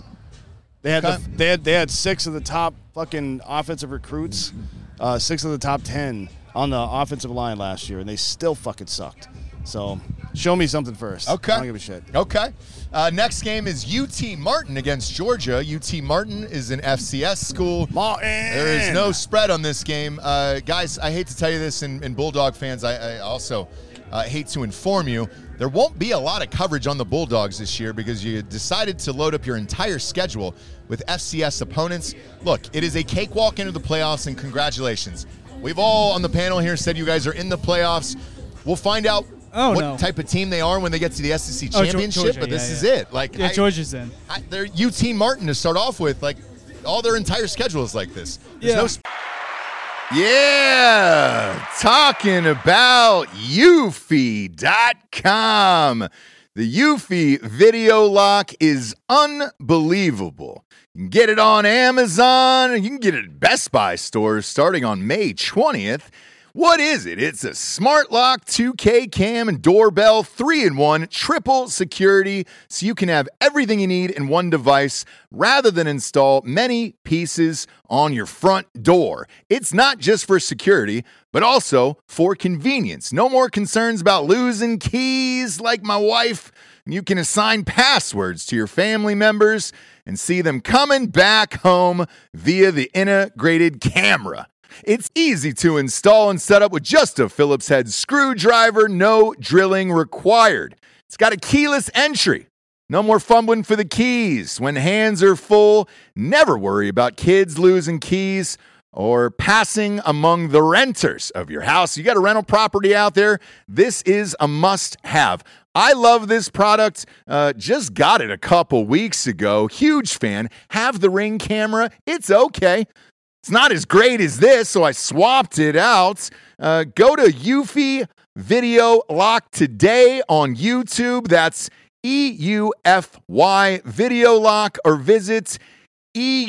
Speaker 4: They had, the,
Speaker 2: Okay.
Speaker 4: they had they had six of the top fucking offensive recruits, uh, six of the top ten on the offensive line last year, and they still fucking sucked. So show me something first.
Speaker 2: Okay.
Speaker 4: I don't give a shit.
Speaker 2: Okay. Uh, next game is UT Martin against Georgia. UT Martin is an FCS school.
Speaker 4: Martin.
Speaker 2: There is no spread on this game. Uh, guys, I hate to tell you this, and, and Bulldog fans, I, I also uh, hate to inform you, there won't be a lot of coverage on the Bulldogs this year because you decided to load up your entire schedule with FCS opponents. Look, it is a cakewalk into the playoffs, and congratulations. We've all on the panel here said you guys are in the playoffs. We'll find out
Speaker 3: Oh,
Speaker 2: what
Speaker 3: no.
Speaker 2: type of team they are when they get to the E SEC
Speaker 3: Oh, Ge-
Speaker 2: championship,
Speaker 3: Georgia,
Speaker 2: but this
Speaker 3: yeah,
Speaker 2: is
Speaker 3: yeah.
Speaker 2: it. Like,
Speaker 3: Yeah,
Speaker 2: I-
Speaker 3: Georgia's in.
Speaker 2: I, they're UT Martin to start off with. Like all their entire schedule is like this. There's
Speaker 3: Yeah.
Speaker 2: no sp- yeah, talking about Eufy.com. The Eufy video lock is unbelievable. You can get it on Amazon. You can get it at Best Buy stores starting on May 20th. What is it? It's a smart lock, 2K cam, and doorbell, three in one, triple security, so you can have everything you need in one device rather than install many pieces on your front door. It's not just for security, but also for convenience. No more concerns about losing keys like my wife. You can assign passwords to your family members and see them coming back home via the integrated camera. It's easy to install and set up with just a Phillips head screwdriver, no drilling required. It's got a keyless entry. No more fumbling for the keys. When hands are full, never worry about kids losing keys or passing among the renters of your house. You got a rental property out there, this is a must have. I love this product. Uh, just got it a couple weeks ago. Huge fan. Have the ring camera. It's okay. It's not as great as this, so I swapped it out. Uh, go to Eufy Video Lock today on YouTube. That's E U F Y Video Lock, or visit E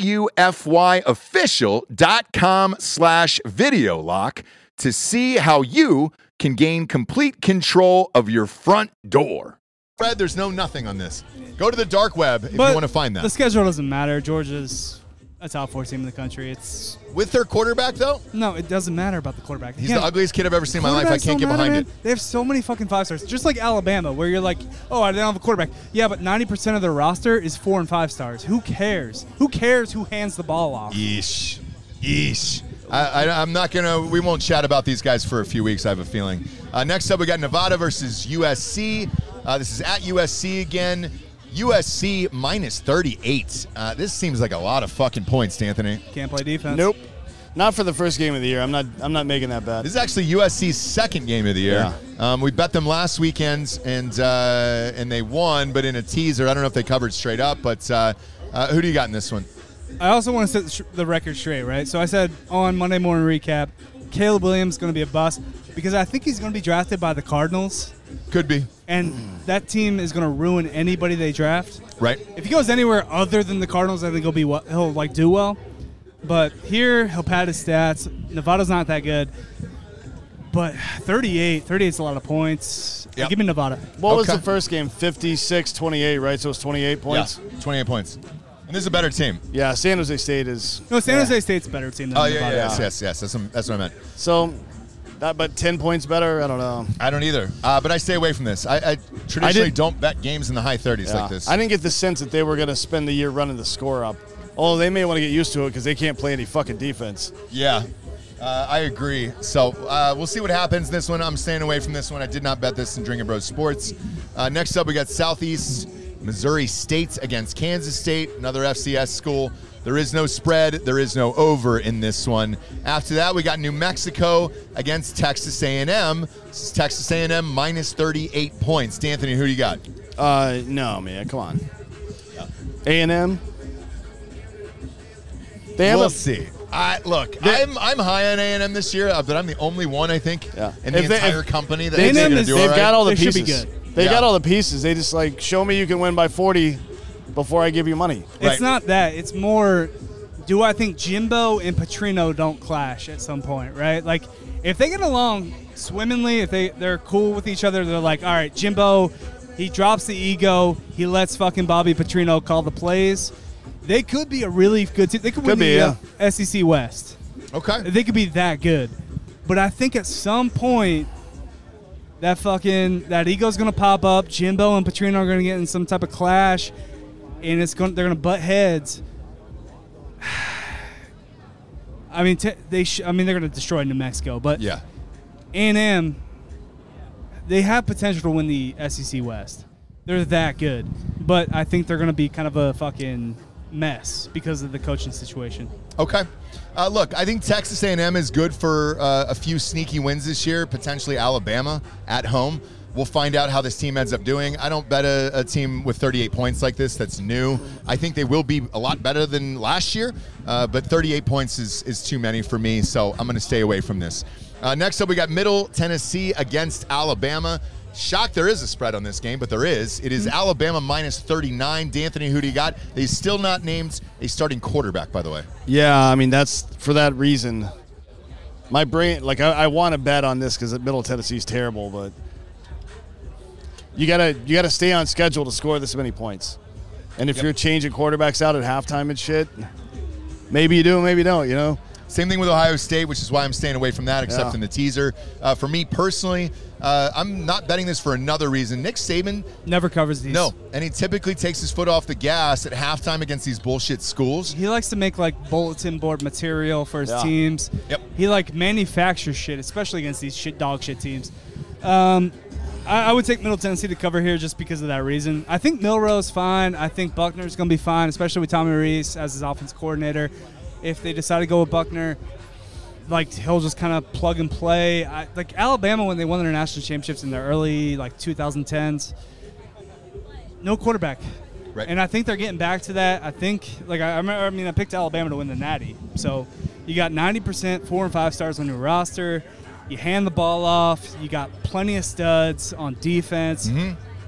Speaker 2: eufyofficial.com slash video lock to see how you can gain complete control of your front door. Fred, there's no nothing on this. Go to the dark web if
Speaker 3: But
Speaker 2: you want to find
Speaker 3: The
Speaker 2: that.
Speaker 3: schedule doesn't matter. Georgia's a top four team in the country. It's
Speaker 2: With their quarterback, though,
Speaker 3: no, it doesn't matter about the quarterback.
Speaker 2: He's
Speaker 3: Again,
Speaker 2: the ugliest kid I've ever seen in my life. I
Speaker 3: quarterbacks
Speaker 2: can't get
Speaker 3: don't matter,
Speaker 2: behind
Speaker 3: man.
Speaker 2: it.
Speaker 3: They have so many fucking five stars, just like Alabama, where you're like, oh, I don't have a quarterback. Yeah, but 90% of their roster is four and five stars. Who cares? Who cares who hands the ball off?
Speaker 2: Yeesh. Yeesh. I, I, I'm not going to, we won't chat about these guys for a few weeks, I have a feeling. Uh, next up, we got Nevada versus USC. Uh, this is at USC again. USC minus 38. Uh, this seems like a lot of fucking points, Anthony.
Speaker 3: Can't play defense.
Speaker 4: Nope. Not for the first game of the year. I'm not. I'm not making that bet.
Speaker 2: This is actually USC's second game of the year. Um, we bet them last weekend and uh, and they won, but in a teaser. I don't know if they covered straight up, but uh, uh, who do you got in this one?
Speaker 3: I also want to set the sh- the record straight, right? So I said on Monday morning recap, Caleb Williams going to be a bust because I think he's going to be drafted by the Cardinals,
Speaker 2: Could be.
Speaker 3: and that team is going to ruin anybody they draft.
Speaker 2: Right.
Speaker 3: If he goes anywhere other than the Cardinals, I think he'll be well, he'll like do well. But here, he'll pad his stats. Nevada's not that good. But 38, 38 is a lot of points.
Speaker 2: Yep.
Speaker 3: Give me Nevada.
Speaker 4: What was
Speaker 2: Okay.
Speaker 4: the first game? 56 28, right? So it's 28 points.
Speaker 2: Yeah. 28 points. And this is a better team.
Speaker 4: Yeah, San Jose State is.
Speaker 3: No, San Jose State's a better team than
Speaker 2: Oh, yeah, yeah,
Speaker 3: Nevada.
Speaker 2: yes, yes, yes. That's, what- that's what I meant.
Speaker 4: So, that, but 10 points better? I don't know.
Speaker 2: I don't either. Uh, but I stay away from this. I, I traditionally don't bet games in the high 30s
Speaker 4: Yeah.
Speaker 2: like this.
Speaker 4: I didn't get the sense that they were going to spend the year running the score up. Oh, they may want to get used to it because they can't play any fucking defense.
Speaker 2: Yeah, uh, I agree. So uh, we'll see what happens in this one. I'm staying away from this one. I did not bet this in Drinking Bros Sports. Uh, next up, we got Southeast Missouri State against Kansas State, another FCS school. There is no spread. There is no over in this one. After that, we got New Mexico against Texas A&M. This is Texas A&M minus 38 points. D'Anthony, who do you got?
Speaker 4: Uh, no, man, come on. A and M. They have
Speaker 2: we'll
Speaker 4: a,
Speaker 2: see. I, look, I'm I'm high on A&M this year, uh, but I'm the only one I think
Speaker 4: Yeah.
Speaker 2: in the
Speaker 4: If they- if-
Speaker 2: entire company that
Speaker 3: they-
Speaker 2: thinks they're
Speaker 3: A&M
Speaker 2: gonna
Speaker 3: is-
Speaker 2: do
Speaker 4: They've
Speaker 2: all right.
Speaker 4: got all the
Speaker 3: They should be
Speaker 4: pieces.
Speaker 3: good.
Speaker 4: They
Speaker 2: Yeah.
Speaker 4: got all the pieces. They just like show me you can win by 40 before I give you money.
Speaker 2: Right.
Speaker 3: It's not that. It's more do I think Jimbo and Petrino don't clash at some point, right? Like if they get along swimmingly, if they they're cool with each other, they're like, "All right, Jimbo, he drops the ego, he lets fucking Bobby Petrino call the plays." They could be a really good team. They could, win
Speaker 4: Could be,
Speaker 3: the
Speaker 4: yeah.
Speaker 3: uh, SEC West.
Speaker 2: Okay.
Speaker 3: They could be that good. But I think at some point that fucking that ego's gonna pop up. Jimbo and Petrino are gonna get in some type of clash, and it's going to they're gonna butt heads. I mean, t- they sh- I mean they're gonna destroy New Mexico, but
Speaker 2: Yeah.
Speaker 3: A&M, they have potential to win the SEC West. They're that good, but I think they're gonna be kind of a fucking mess because of the coaching situation.
Speaker 2: Okay. Uh, look, I think Texas A&M is good for uh, a few sneaky wins this year. Potentially Alabama at home. We'll find out how this team ends up doing. I don't bet a, a team with 38 points like this that's new. I think they will be a lot better than last year, uh, but 38 points is, is too many for me, so I'm going to stay away from this. Uh, next up, we got Middle Tennessee against Alabama. Shocked there is a spread on this game, but there is. It is Alabama minus 39. D'Anthony, who do you got? He's still not named a starting quarterback, by the way.
Speaker 4: Yeah, I mean that's for that reason. My brain, like I, I want to bet on this because Middle Tennessee's terrible, but you gotta you gotta stay on schedule to score this many points. And if you're changing quarterbacks out at halftime and shit, maybe you do, maybe you don't. You know,
Speaker 2: Same thing with Ohio State, which is why I'm staying away from that, except
Speaker 4: Yeah.
Speaker 2: in the teaser. Uh, for me personally, uh, I'm not betting this for another reason. Nick Saban,
Speaker 3: Never covers these.
Speaker 2: no, and he typically takes his foot off the gas at halftime against these bullshit schools.
Speaker 3: He likes to make like bulletin board material for his
Speaker 4: Yeah.
Speaker 3: teams.
Speaker 2: Yep.
Speaker 3: He like manufactures shit, especially against these shit dog shit teams. Um, I, I would take Middle Tennessee to cover here just because of that reason. I think Milrow's fine. I think Buckner's gonna be fine, especially with Tommy Reese as his offense coordinator. If they decide to go with Buckner, like he'll just kind of plug and play. I, like Alabama when they won their national championships in the early like 2010s, no quarterback.
Speaker 2: Right.
Speaker 3: And I think they're getting back to that. I think like I, I remember. I mean, I picked Alabama to win the Natty, so you got 90% four and five stars on your roster. You hand the ball off. You got plenty of studs on defense.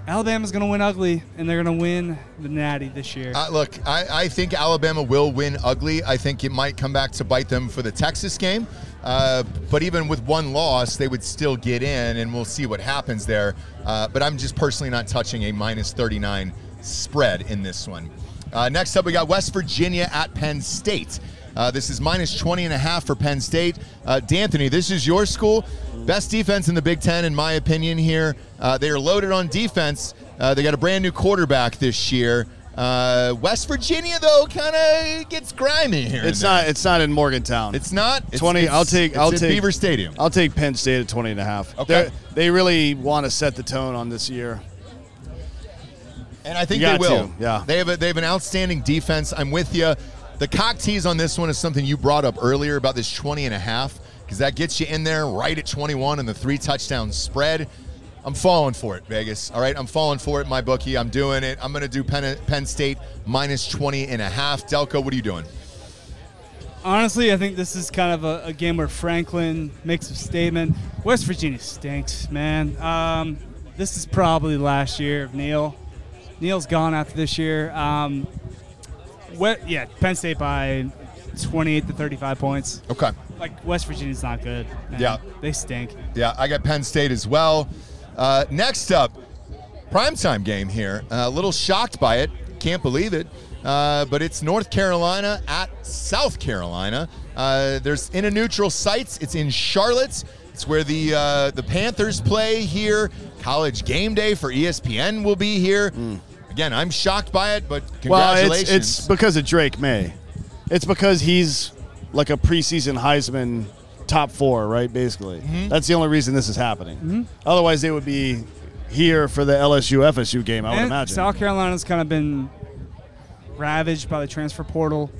Speaker 3: Alabama's going to win ugly, and they're going to win the Natty this year.
Speaker 2: Uh, look, I, I think Alabama will win ugly. I think it might come back to bite them for the Texas game. Uh, but even with one loss, they would still get in, and we'll see what happens there. Uh, but I'm just personally not touching a minus 39 spread in this one. Uh, next up, we got West Virginia at Penn State. Uh, this is minus 20 and a half for Penn State. Uh, D'Anthony, this is your school. Best defense in the Big Ten, in my opinion, here. Uh, they are loaded on defense. Uh, they got a brand new quarterback this year. Uh, West Virginia, though, kind of gets grimy here. and
Speaker 4: it's
Speaker 2: there.
Speaker 4: not it's not in Morgantown.
Speaker 2: It's not. It's-
Speaker 4: 20
Speaker 2: it's-
Speaker 4: I'll take
Speaker 2: it's
Speaker 4: I'll
Speaker 2: at
Speaker 4: take
Speaker 2: Beaver Stadium.
Speaker 4: I'll take Penn State at 20 and a half.
Speaker 2: Okay.
Speaker 4: They're- they really want to set the tone on this year.
Speaker 2: And I think
Speaker 4: You
Speaker 2: they
Speaker 4: got
Speaker 2: will.
Speaker 4: to, yeah.
Speaker 2: They have a, they have an outstanding defense. I'm with you. The cock tease on this one is something you brought up earlier about this 20 and a half because that gets you in there right at 21 and the three touchdown spread. I'm falling for it, Vegas. All right, I'm falling for it, my bookie. I'm doing it. I'm going to do Penn, Penn State minus 20 and a half. Delco, what are you doing?
Speaker 3: honestly, I think this is kind of a, a game where Franklin makes a statement. West Virginia stinks, man. Um, this is probably last year of Neil. Neil's gone after this year. Um, what? Yeah, Penn State by 28 to 35 points.
Speaker 2: Okay.
Speaker 3: Like West Virginia's not good. man.
Speaker 2: Yeah.
Speaker 3: they stink.
Speaker 2: Yeah, I got Penn State as well. Uh, next up, primetime game here. Uh, a little shocked by it. Can't believe it. Uh, but it's North Carolina at South Carolina. Uh, there's in a neutral sites. It's in Charlotte. It's where the uh, the Panthers play here. College game day for E ESPN will be here.
Speaker 4: Hmm.
Speaker 2: Again, I'm shocked by it, but congratulations.
Speaker 4: Well, it's, it's because of Drake May. It's because he's like a preseason Heisman top four, right? Basically,
Speaker 3: Mm-hmm.
Speaker 4: that's the only reason this is happening. Otherwise, they would be here for the LSU FSU game. I would
Speaker 3: And
Speaker 4: imagine.
Speaker 3: South Carolina's kind of been ravaged by the transfer portal.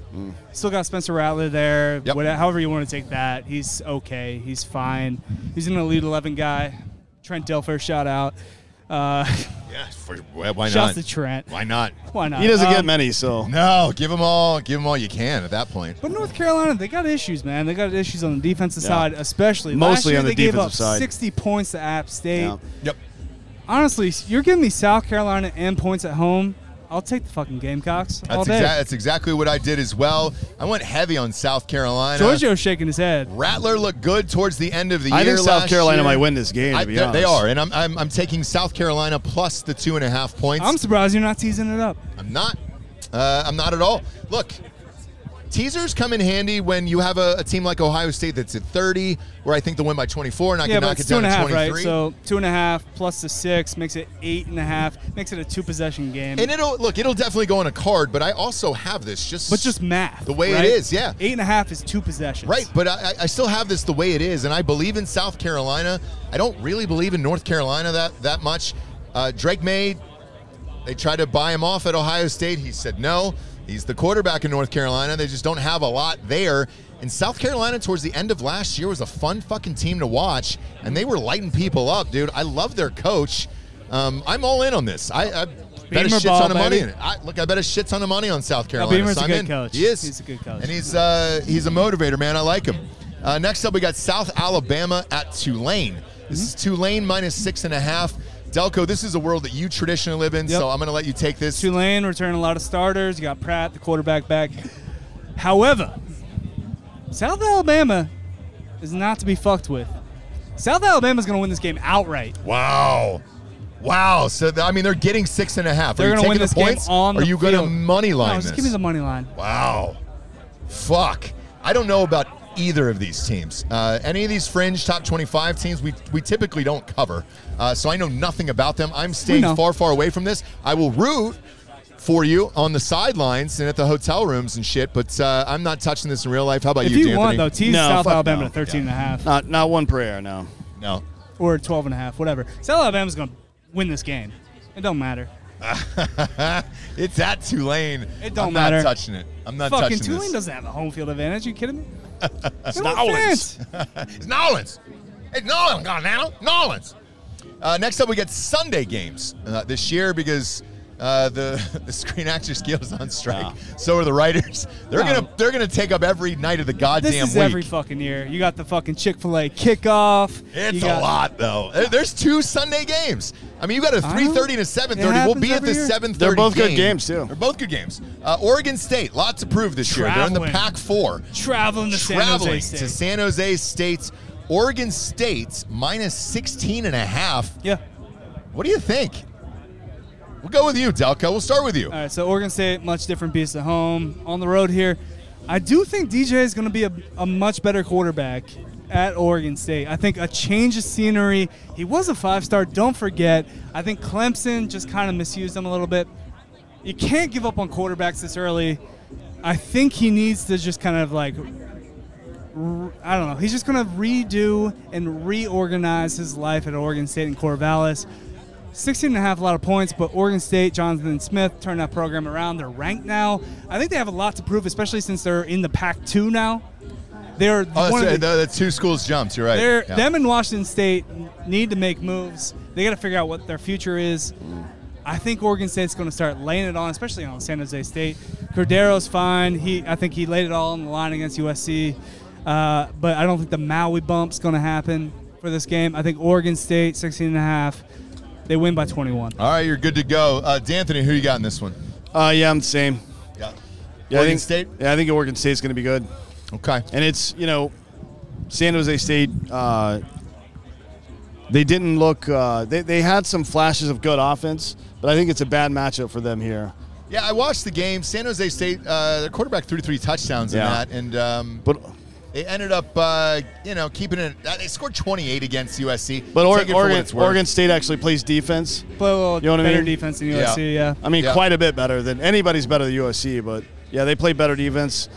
Speaker 3: Still got Spencer Rattler there.
Speaker 2: Yep.
Speaker 3: Whate- however you want to take that, he's okay. He's fine. He's an elite eleven guy. Trent Dilfer, shout out. Uh,
Speaker 2: yeah, for- well, why
Speaker 3: shouts
Speaker 2: not?
Speaker 3: to Trent.
Speaker 2: Why not?
Speaker 3: Why not?
Speaker 4: he doesn't get
Speaker 3: Um,
Speaker 4: many, so
Speaker 2: No, give them all. Give them all you can at that point.
Speaker 3: But North Carolina, they got issues, man. They got issues on the defensive
Speaker 4: Yeah.
Speaker 3: side, especially. Last
Speaker 4: Mostly
Speaker 3: year,
Speaker 4: on the
Speaker 3: they gave up
Speaker 4: defensive side.
Speaker 3: 60 points to App State.
Speaker 4: Yeah.
Speaker 2: Yep.
Speaker 3: Honestly, you're giving me South Carolina and points at home. I'll take the fucking Gamecocks all
Speaker 2: That's,
Speaker 3: day.
Speaker 2: exa- that's exactly what I did as well. I went heavy on South Carolina.
Speaker 3: Giorgio's shaking his head.
Speaker 2: Rattler looked good towards the end of the
Speaker 4: I
Speaker 2: year.
Speaker 4: think South
Speaker 2: last
Speaker 4: Carolina
Speaker 2: year.
Speaker 4: might win this game. To
Speaker 2: I-
Speaker 4: be
Speaker 2: they-
Speaker 4: honest,
Speaker 2: they are, and I'm, I'm I'm taking South Carolina plus the two and a half points.
Speaker 3: I'm surprised you're not teasing it up.
Speaker 2: I'm not. Uh, I'm not at all. Look, teasers come in handy when you have a, a team like Ohio State that's at 30, where I think they'll win by 24, and I
Speaker 3: yeah,
Speaker 2: can
Speaker 3: but
Speaker 2: knock
Speaker 3: it's
Speaker 2: it
Speaker 3: two
Speaker 2: down
Speaker 3: and a half,
Speaker 2: to 23.
Speaker 3: right? So two and a half plus the six makes it eight and a half. Makes it a two possession game.
Speaker 2: and it'll look. It'll definitely go on a card, but I also have this just.
Speaker 3: but just math.
Speaker 2: The way it
Speaker 3: right?
Speaker 2: is, yeah.
Speaker 3: Eight and a half is two possessions.
Speaker 2: Right, but I, I- I still have this the way it is, and I believe in South Carolina. I don't really believe in North Carolina that that much. Uh, Drake May, they tried to buy him off at Ohio State. He said no. He's the quarterback in North Carolina. They just don't have a lot there. And South Carolina, towards the end of last year, was a fun fucking team to watch, and they were lighting people up, dude. I love their coach. Um, I'm all in on this. I, I bet a
Speaker 3: Beamer
Speaker 2: shit
Speaker 3: ball,
Speaker 2: ton of money
Speaker 3: baby.
Speaker 2: in it. I, look, I bet a shit ton of money on South Carolina.
Speaker 3: Beamer's
Speaker 2: so
Speaker 3: a
Speaker 2: I'm
Speaker 3: good
Speaker 2: in.
Speaker 3: coach.
Speaker 2: He is.
Speaker 3: He's a good coach.
Speaker 2: And he's uh, he's a motivator, man. I like him. Uh, next up, we got South Alabama at Tulane. This is
Speaker 3: Mm-hmm.
Speaker 2: Tulane minus six and a half. Delco, this is a world that you traditionally live in,
Speaker 3: Yep.
Speaker 2: so I'm going to let you take this.
Speaker 3: Tulane returning a lot of starters. You got Pratt, the quarterback, back. However, South Alabama is not to be fucked with. South Alabama's going to win this game outright.
Speaker 2: Wow. Wow. So, th- I mean, they're getting six and a half. Are
Speaker 3: They're
Speaker 2: you
Speaker 3: going
Speaker 2: taking
Speaker 3: to win this
Speaker 2: the points?
Speaker 3: game on
Speaker 2: Are
Speaker 3: the
Speaker 2: you
Speaker 3: going
Speaker 2: to money line
Speaker 3: No,
Speaker 2: this?
Speaker 3: just give me the money line.
Speaker 2: Wow. Fuck. I don't know about either of these teams. Uh, any of these fringe top 25 teams, we, we typically don't cover. Uh, so I know nothing about them. I'm staying
Speaker 3: know.
Speaker 2: far, far away from this. I will root for you on the sidelines and at the hotel rooms and shit, but uh, I'm not touching this in real life. How about
Speaker 3: If
Speaker 2: you,
Speaker 3: you
Speaker 2: D'Anthony?
Speaker 3: want, though, tease
Speaker 4: No,
Speaker 3: South
Speaker 4: fuck
Speaker 3: Alabama
Speaker 4: no.
Speaker 3: to 13 and a half
Speaker 4: not not one prayer. No,
Speaker 2: no.
Speaker 3: or 12 and a half, whatever. South Alabama's going to win this game. It don't matter.
Speaker 2: It's at Tulane.
Speaker 3: It don't
Speaker 2: I'm
Speaker 3: matter.
Speaker 2: not touching it. I'm not
Speaker 3: Fucking
Speaker 2: touching
Speaker 3: Tulane
Speaker 2: this.
Speaker 3: doesn't have a home field advantage. you kidding me? it's
Speaker 2: Nolans. it's Nolans. It's Nolans, goddamn Nolans. Uh, next up, we get Sunday games uh, this year because uh, the the Screen Actors Guild is on strike. So are the writers. They're
Speaker 3: No.
Speaker 2: gonna they're gonna take up every night of the goddamn
Speaker 3: This is
Speaker 2: week.
Speaker 3: every fucking year. You got the fucking Chick Fil A kickoff. You
Speaker 2: it's a
Speaker 3: got-
Speaker 2: lot though. There- There's two Sunday games. I mean, you got a
Speaker 3: don't-
Speaker 2: 3:30 and a
Speaker 3: it
Speaker 2: 7:30. We'll be
Speaker 3: happens
Speaker 2: at the
Speaker 3: every year.
Speaker 2: 7:30.
Speaker 4: They're both good
Speaker 2: game.
Speaker 4: games, too.
Speaker 2: They're both good games. Uh, Oregon State, lot to prove this year. They're in
Speaker 3: Traveling.
Speaker 2: the Pac Four.
Speaker 3: Traveling to San
Speaker 2: traveling
Speaker 3: Jose State.
Speaker 2: to San Jose State's Oregon State's minus 16 and a half.
Speaker 3: yeah.
Speaker 2: What do you think? We'll go with you, Delco. We'll start with you.
Speaker 3: All right. So Oregon State, much different beast at home. On the road here, I do think DJ is going to be a, a much better quarterback at Oregon State. I think a change of scenery. He was a five star. Don't forget. I think Clemson just kind of misused him a little bit. You can't give up on quarterbacks this early. I think he needs to just kind of like I don't know. He's just going to redo and reorganize his life at Oregon State and Corvallis. 16 and a half, a lot of points, but Oregon State, Jonathan Smith turned that program around. They're ranked now. I think they have a lot to prove, especially since they're in the Pac 2 now. They're
Speaker 2: Oh, that's, uh,
Speaker 3: one of the,
Speaker 2: the, the two schools jumped. You're right.
Speaker 3: they're,
Speaker 2: Yeah.
Speaker 3: Them and Washington State need to make moves. They got to figure out what their future is. I think Oregon State's going to start laying it on, especially on San Jose State. Cordero's fine. He, I think he laid it all on the line against USC, uh, but I don't think the Maui bump's going to happen for this game. I think Oregon State 16 and a half. They win by 21.
Speaker 2: All right, you're good to go. Uh, D'Anthony, who you got in this one?
Speaker 4: Uh, yeah, I'm the same.
Speaker 2: Yeah.
Speaker 4: Yeah, I
Speaker 2: Oregon
Speaker 4: think,
Speaker 2: State?
Speaker 4: Yeah, I think Oregon State's going to be good.
Speaker 2: Okay.
Speaker 4: And it's, you know, San Jose State, uh, they didn't look, uh, they, they had some flashes of good offense, but I think it's a bad matchup for them here.
Speaker 2: Yeah, I watched the game. San Jose State, uh, their quarterback threw three touchdowns
Speaker 4: Yeah.
Speaker 2: in that, and um,
Speaker 4: But
Speaker 2: they ended up, uh, you know, keeping it. Uh, they scored 28 against USC.
Speaker 4: but
Speaker 2: Take
Speaker 4: Oregon,
Speaker 2: it for what
Speaker 4: Oregon,
Speaker 2: it's worth.
Speaker 4: Oregon State actually plays defense.
Speaker 3: Play a little
Speaker 4: You know what I
Speaker 3: better
Speaker 4: mean?
Speaker 3: defense than
Speaker 2: Yeah.
Speaker 3: USC. Yeah.
Speaker 4: I mean,
Speaker 2: Yeah.
Speaker 4: quite a bit better than anybody's better than USC, but yeah, they play better defense.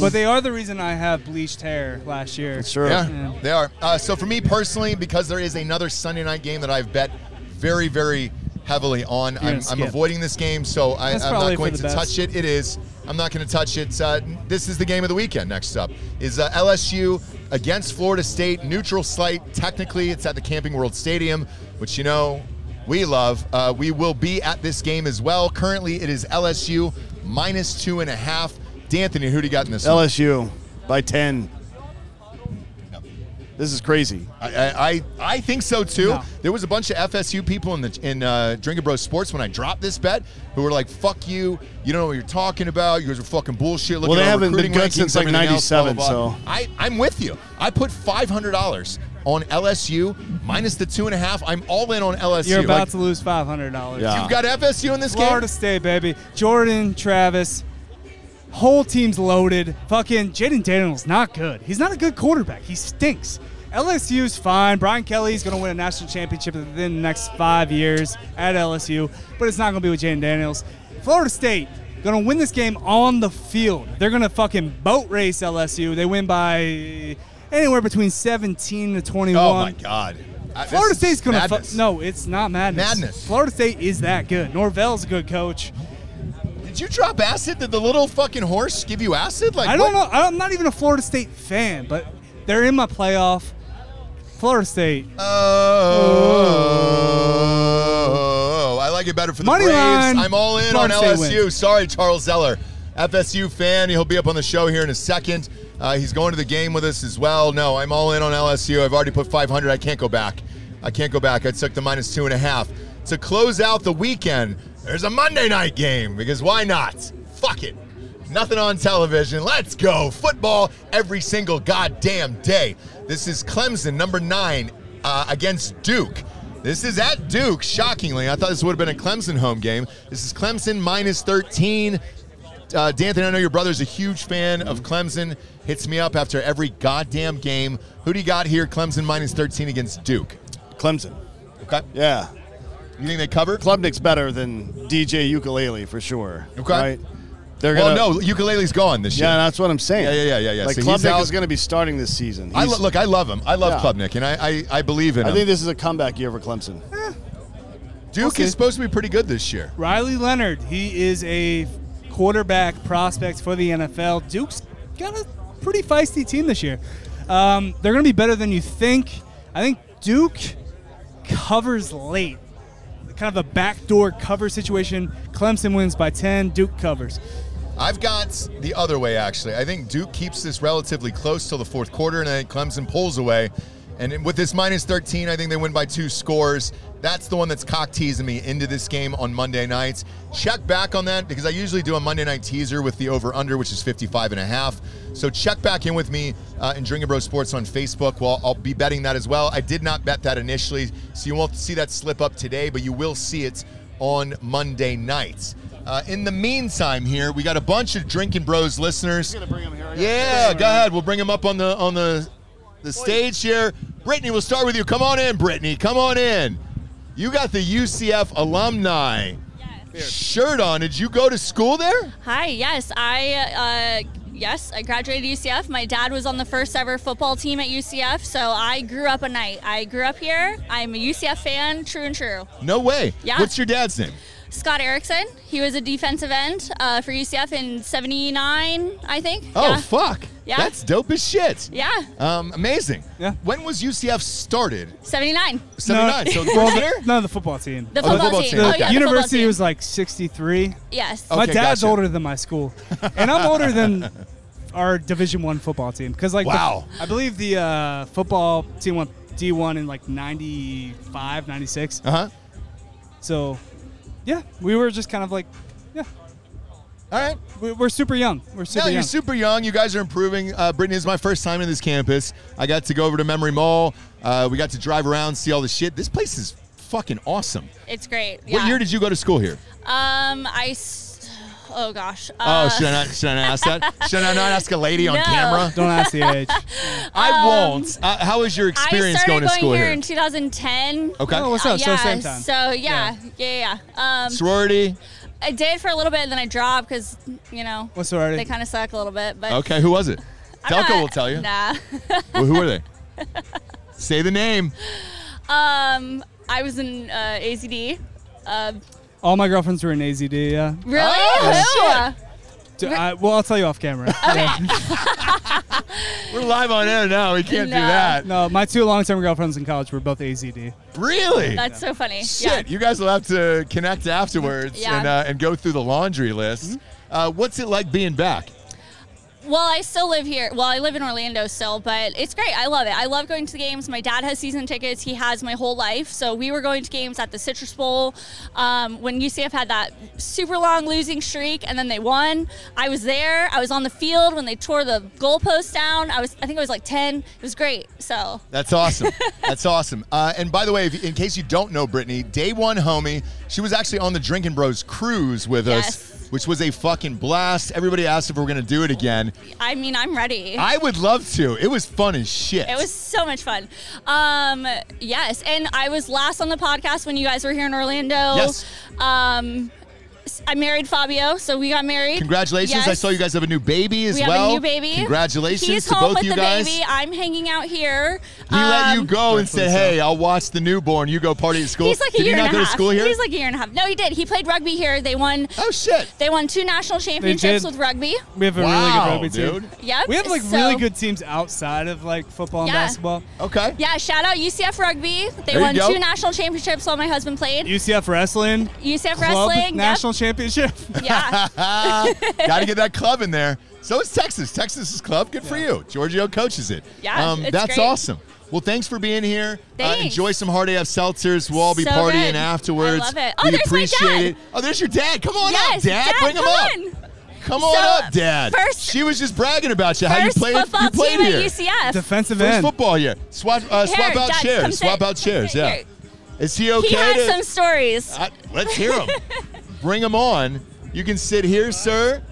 Speaker 3: But they are the reason I have bleached hair last year.
Speaker 4: Sure.
Speaker 2: Yeah,
Speaker 3: Yeah.
Speaker 2: they are. Uh, so for me personally, because there is another Sunday night game that I've bet very, very heavily on,
Speaker 3: gonna
Speaker 2: I'm, I'm
Speaker 3: skip.
Speaker 2: avoiding this game, so I, I'm
Speaker 3: That's probably
Speaker 2: not
Speaker 3: for
Speaker 2: going
Speaker 3: the
Speaker 2: to
Speaker 3: best.
Speaker 2: touch it. It is. I'm not going to touch it. Uh, this is the game of the weekend. Next up is uh, LSU against Florida State. Neutral site. Technically, it's at the Camping World Stadium, which you know we love. Uh, we will be at this game as well. Currently, it is LSU minus two and a half. D'Anthony, who do you got in this? one?
Speaker 4: LSU by 10. This is crazy.
Speaker 2: I, I, I- I think so too.
Speaker 3: No.
Speaker 2: There was a bunch of FSU people in the in uh, Drinker Bros Sports when I dropped this bet who were like, "Fuck you! You don't know what you're talking about. You guys are fucking bullshit." Look
Speaker 4: Well,
Speaker 2: at
Speaker 4: they
Speaker 2: our
Speaker 4: haven't been
Speaker 2: recruiting
Speaker 4: good
Speaker 2: rankings,
Speaker 4: since, like,
Speaker 2: everything else, blah,
Speaker 4: 97,
Speaker 2: blah, blah."
Speaker 4: so-
Speaker 2: I, I'm with you. I put five hundred dollars on LSU minus the two and a half. I'm all in on LSU.
Speaker 3: You're about
Speaker 2: Like,
Speaker 3: to lose five hundred dollars.
Speaker 4: Yeah.
Speaker 2: You've got FSU in this
Speaker 3: Florida
Speaker 2: game.
Speaker 3: State, baby. Jordan, Travis, whole team's loaded. Fucking Jaden Daniels not good. He's not a good quarterback. He stinks. LSU's fine. Brian Kelly's going to win a national championship within the next five years at LSU, but it's not going to be with Jaden Daniels. Florida State going to win this game on the field. They're going to fucking boat race LSU. They win by anywhere between 17 to 21.
Speaker 2: Oh my god. I- this
Speaker 3: Florida
Speaker 2: is
Speaker 3: State's gonna fu-
Speaker 2: madness.
Speaker 3: no, it's not madness.
Speaker 2: Madness.
Speaker 3: Florida State is that good. Norvell's a good coach.
Speaker 2: Did you drop acid? Did the little fucking horse give you acid? Like
Speaker 3: I don't
Speaker 2: what-
Speaker 3: know. I'm not even a Florida State fan, but they're in my playoff. Florida State
Speaker 2: Oh, I like it better for the
Speaker 3: Money
Speaker 2: Braves.
Speaker 3: line.
Speaker 2: I'm all in
Speaker 3: Florida
Speaker 2: on
Speaker 3: State
Speaker 2: LSU. Sorry, Charles Zeller, FSU fan. He'll be up on the show here in a second. Uh, he's going to the game with us as well. No, I'm all in on LSU. I've already put 500. I can't go back. I can't go back. I took the minus two and a half to close out the weekend. There's a Monday night game because why not? Fuck it. Nothing on television. Let's go. Football every single goddamn day. This is Clemson, number nine, uh, against Duke. This is at Duke, shockingly. I thought this would have been a Clemson home game. This is Clemson minus 13. Uh, D'Anthony, I know your brother's a huge fan of Clemson. Hits me up after every goddamn game. Who do you got here? Clemson minus 13 against Duke.
Speaker 4: Clemson.
Speaker 2: Okay.
Speaker 4: Yeah.
Speaker 2: You think they cover?
Speaker 4: Klubnik's better than DJ Ukulele for sure.
Speaker 2: Okay.
Speaker 4: Right? They're
Speaker 2: Well,
Speaker 4: gonna,
Speaker 2: no, ukulele's gone this year.
Speaker 4: Yeah, that's what I'm saying.
Speaker 2: Yeah, yeah, yeah, yeah, yeah.
Speaker 4: Like
Speaker 2: So he's
Speaker 4: Klubnik
Speaker 2: out.
Speaker 4: is going to be starting this season.
Speaker 2: I
Speaker 4: He's-
Speaker 2: lo- look, I love him. I love
Speaker 4: Yeah.
Speaker 2: Klubnik, and I, I, I believe in
Speaker 4: I
Speaker 2: him.
Speaker 4: think this is a comeback year for Clemson.
Speaker 2: Duke
Speaker 3: Okay.
Speaker 2: is supposed to be pretty good this year.
Speaker 3: Riley Leonard. He is a quarterback prospect for the NFL. Duke's got a pretty feisty team this year. Um, they're going to be better than you think. I think Duke covers late. Kind of a backdoor cover situation. Clemson wins by 10. Duke covers.
Speaker 2: I've got the other way actually. I think Duke keeps this relatively close till the fourth quarter, and I think Clemson pulls away. And with this minus 13, I think they win by two scores. That's the one that's cock teasing me into this game on Monday nights. Check back on that because I usually do a Monday night teaser with the over under, which is 55 and a half. So check back in with me uh, in Drinking Bro Sports on Facebook. Well, I'll be betting that as well. I did not bet that initially, so you won't see that slip up today, but you will see it on Monday nights. Uh, in the meantime, here we got a bunch of Drinking Bros listeners. Yeah, go ahead. We'll bring them up on the on the the stage here. Brittany, we'll start with you. Come on in, Brittany. Come on in. You got the UCF alumni shirt on. Did you go to school there?
Speaker 6: Hi, yes, I uh, yes, I graduated UCF. My dad was on the first ever football team at UCF, so I grew up a night. I grew up here. I'm a UCF fan, true and true.
Speaker 2: No way.
Speaker 6: Yeah.
Speaker 2: What's your dad's name?
Speaker 6: Scott Erickson. He was a defensive end uh, for UCF in '79, I think.
Speaker 2: Oh
Speaker 6: yeah.
Speaker 2: fuck!
Speaker 6: Yeah.
Speaker 2: That's dope as shit.
Speaker 6: Yeah,
Speaker 2: Um, amazing.
Speaker 3: Yeah.
Speaker 2: When was UCF started?
Speaker 6: '79.
Speaker 2: Seventy nine. So the
Speaker 3: well,
Speaker 2: first
Speaker 3: the-
Speaker 2: year.
Speaker 3: No, the football team.
Speaker 6: The
Speaker 2: the
Speaker 6: football,
Speaker 2: football
Speaker 6: team.
Speaker 2: team.
Speaker 6: Oh,
Speaker 2: The
Speaker 6: yeah, the football
Speaker 3: university
Speaker 6: team.
Speaker 3: was like 63.
Speaker 6: yes.
Speaker 3: My
Speaker 2: Okay,
Speaker 3: dad's
Speaker 2: gotcha.
Speaker 3: older than my school, and I'm older than our Division One football team. Because like, the-
Speaker 2: Wow.
Speaker 3: I believe the uh, football team went D1 in like 95, 96.
Speaker 2: Uh huh.
Speaker 3: So, yeah, we were just kind of like, yeah,
Speaker 2: All right.
Speaker 3: we- we're super young. We're super
Speaker 2: no,
Speaker 3: young.
Speaker 2: you're super young. You guys are improving. Uh, Brittany, this is my first time in this campus. I got to go over to Memory Mall. Uh, we got to drive around, see all the shit. This place is fucking awesome.
Speaker 6: It's great.
Speaker 2: What year did you go to school here?
Speaker 6: Um, I. S- oh gosh.
Speaker 2: Oh,
Speaker 6: Uh,
Speaker 2: should I not? Should I not ask that? Should I not ask a lady on
Speaker 6: No. Um,
Speaker 2: camera?
Speaker 3: Don't ask the age.
Speaker 2: I won't. Uh, how was your
Speaker 6: I
Speaker 2: experience
Speaker 6: started
Speaker 2: going to school
Speaker 6: here,
Speaker 2: here?
Speaker 6: in 2010.
Speaker 2: okay.
Speaker 3: Oh, what's up?
Speaker 6: yeah,
Speaker 3: So same time.
Speaker 6: So yeah, yeah, yeah. yeah. Um,
Speaker 2: Sorority.
Speaker 6: I did for a little bit, and then I dropped because you know
Speaker 3: What sorority?
Speaker 6: they kind of suck a little bit. But
Speaker 2: Okay. Who was it?
Speaker 6: I'm
Speaker 2: Delco
Speaker 6: not-
Speaker 2: will tell you.
Speaker 6: Nah.
Speaker 2: Well, who are they? Say the name.
Speaker 6: um, I was in uh, AZD. Uh,
Speaker 3: All my girlfriends were in AZD. Yeah.
Speaker 6: really?
Speaker 2: Oh,
Speaker 6: Who?
Speaker 3: D- I- well, I'll tell you off camera. Yeah.
Speaker 2: We're live on air now. We can't do
Speaker 6: No.
Speaker 2: that.
Speaker 3: No, my two long-term girlfriends in college were both AZD.
Speaker 2: Really?
Speaker 6: That's so funny.
Speaker 2: Shit, you guys will have to connect afterwards
Speaker 6: Yeah. Mm-hmm.
Speaker 2: and, uh, and go through the laundry list. Uh, what's it like being back?
Speaker 6: Well, I still live here. Well, I live in Orlando still, but it's great. I love it. I love going to the games. My dad has season tickets. He has my whole life. So we were going to games at the Citrus Bowl um, when UCF had that super long losing streak, and then they won. I was there. I was on the field when they tore the goalpost down. I was. I think it was like ten. It was great. So
Speaker 2: That's awesome. That's awesome. Uh, and by the way, if, in case you don't know Brittany, day one homie, she was actually on the Drinking Bros cruise with us,
Speaker 6: Yes.
Speaker 2: which was a fucking blast. Everybody asked if we were going to do it again.
Speaker 6: I mean, I'm ready.
Speaker 2: I would love to. It was fun as shit.
Speaker 6: It was so much fun. Um, yes, and I was last on the podcast when you guys were here in Orlando.
Speaker 2: Yes.
Speaker 6: Um, s- I married Fabio, so we got married.
Speaker 2: Congratulations. I
Speaker 6: Yes.
Speaker 2: saw you guys have a new baby as
Speaker 6: We have
Speaker 2: well.
Speaker 6: a new baby.
Speaker 2: Congratulations
Speaker 6: He's
Speaker 2: to
Speaker 6: home
Speaker 2: both
Speaker 6: with
Speaker 2: you
Speaker 6: the
Speaker 2: guys.
Speaker 6: baby. I'm hanging out here.
Speaker 2: He let you
Speaker 6: Um,
Speaker 2: go and said,
Speaker 3: Rightfully so.
Speaker 2: "Hey, I'll watch the newborn. You go party at school."
Speaker 6: He's like a
Speaker 2: Did
Speaker 6: year
Speaker 2: you
Speaker 6: and
Speaker 2: not
Speaker 6: a
Speaker 2: go
Speaker 6: half.
Speaker 2: to school here?
Speaker 6: He's like a year and a half. No, he did. He played rugby here. They won.
Speaker 2: "Oh shit!"
Speaker 6: They won two national
Speaker 3: did.
Speaker 6: championships with rugby.
Speaker 3: We have a
Speaker 2: wow,
Speaker 3: really good rugby
Speaker 2: dude.
Speaker 3: team.
Speaker 6: Yep.
Speaker 3: We have like
Speaker 6: so-
Speaker 3: really good teams outside of like football and
Speaker 6: Yeah.
Speaker 3: basketball.
Speaker 2: Okay.
Speaker 6: Yeah, shout out UCF rugby. They
Speaker 2: you
Speaker 6: won
Speaker 2: go.
Speaker 6: two national championships while my husband played.
Speaker 3: UCF wrestling,
Speaker 6: UCF
Speaker 3: club
Speaker 6: wrestling.
Speaker 3: national championship.
Speaker 6: Yep. Yeah.
Speaker 2: Got to get that club in there. So is Texas. Texas is club. Good for you. Giorgio coaches it. Um,
Speaker 6: Yeah, it's
Speaker 2: that's
Speaker 6: great.
Speaker 2: awesome. Well, thanks for being here. Uh,
Speaker 6: Thanks.
Speaker 2: enjoy some hard AF seltzers. We'll all be
Speaker 6: So
Speaker 2: partying
Speaker 6: good.
Speaker 2: afterwards.
Speaker 6: I love it. Oh,
Speaker 2: we
Speaker 6: there's my
Speaker 2: appreciate
Speaker 6: dad.
Speaker 2: it. Oh, there's your dad. Come on up,
Speaker 6: yes,
Speaker 2: dad. Bring him
Speaker 6: come
Speaker 2: up.
Speaker 6: on.
Speaker 2: Come on
Speaker 6: So,
Speaker 2: up, dad.
Speaker 6: first-
Speaker 2: she was just bragging about you. How you
Speaker 6: First
Speaker 2: played.
Speaker 6: football
Speaker 2: you played
Speaker 6: team
Speaker 2: here.
Speaker 6: at UCF.
Speaker 3: Defensive
Speaker 2: First
Speaker 3: end.
Speaker 2: football year. Swap, uh,
Speaker 6: Here,
Speaker 2: swap out
Speaker 6: Dad, come
Speaker 2: chairs.
Speaker 6: sit.
Speaker 2: Swap out
Speaker 6: Come
Speaker 2: chairs.
Speaker 6: sit
Speaker 2: Yeah.
Speaker 6: here.
Speaker 2: Is he okay?
Speaker 6: He had
Speaker 2: to-
Speaker 6: some stories.
Speaker 2: I- let's hear him. Bring him on. You can sit here, sir.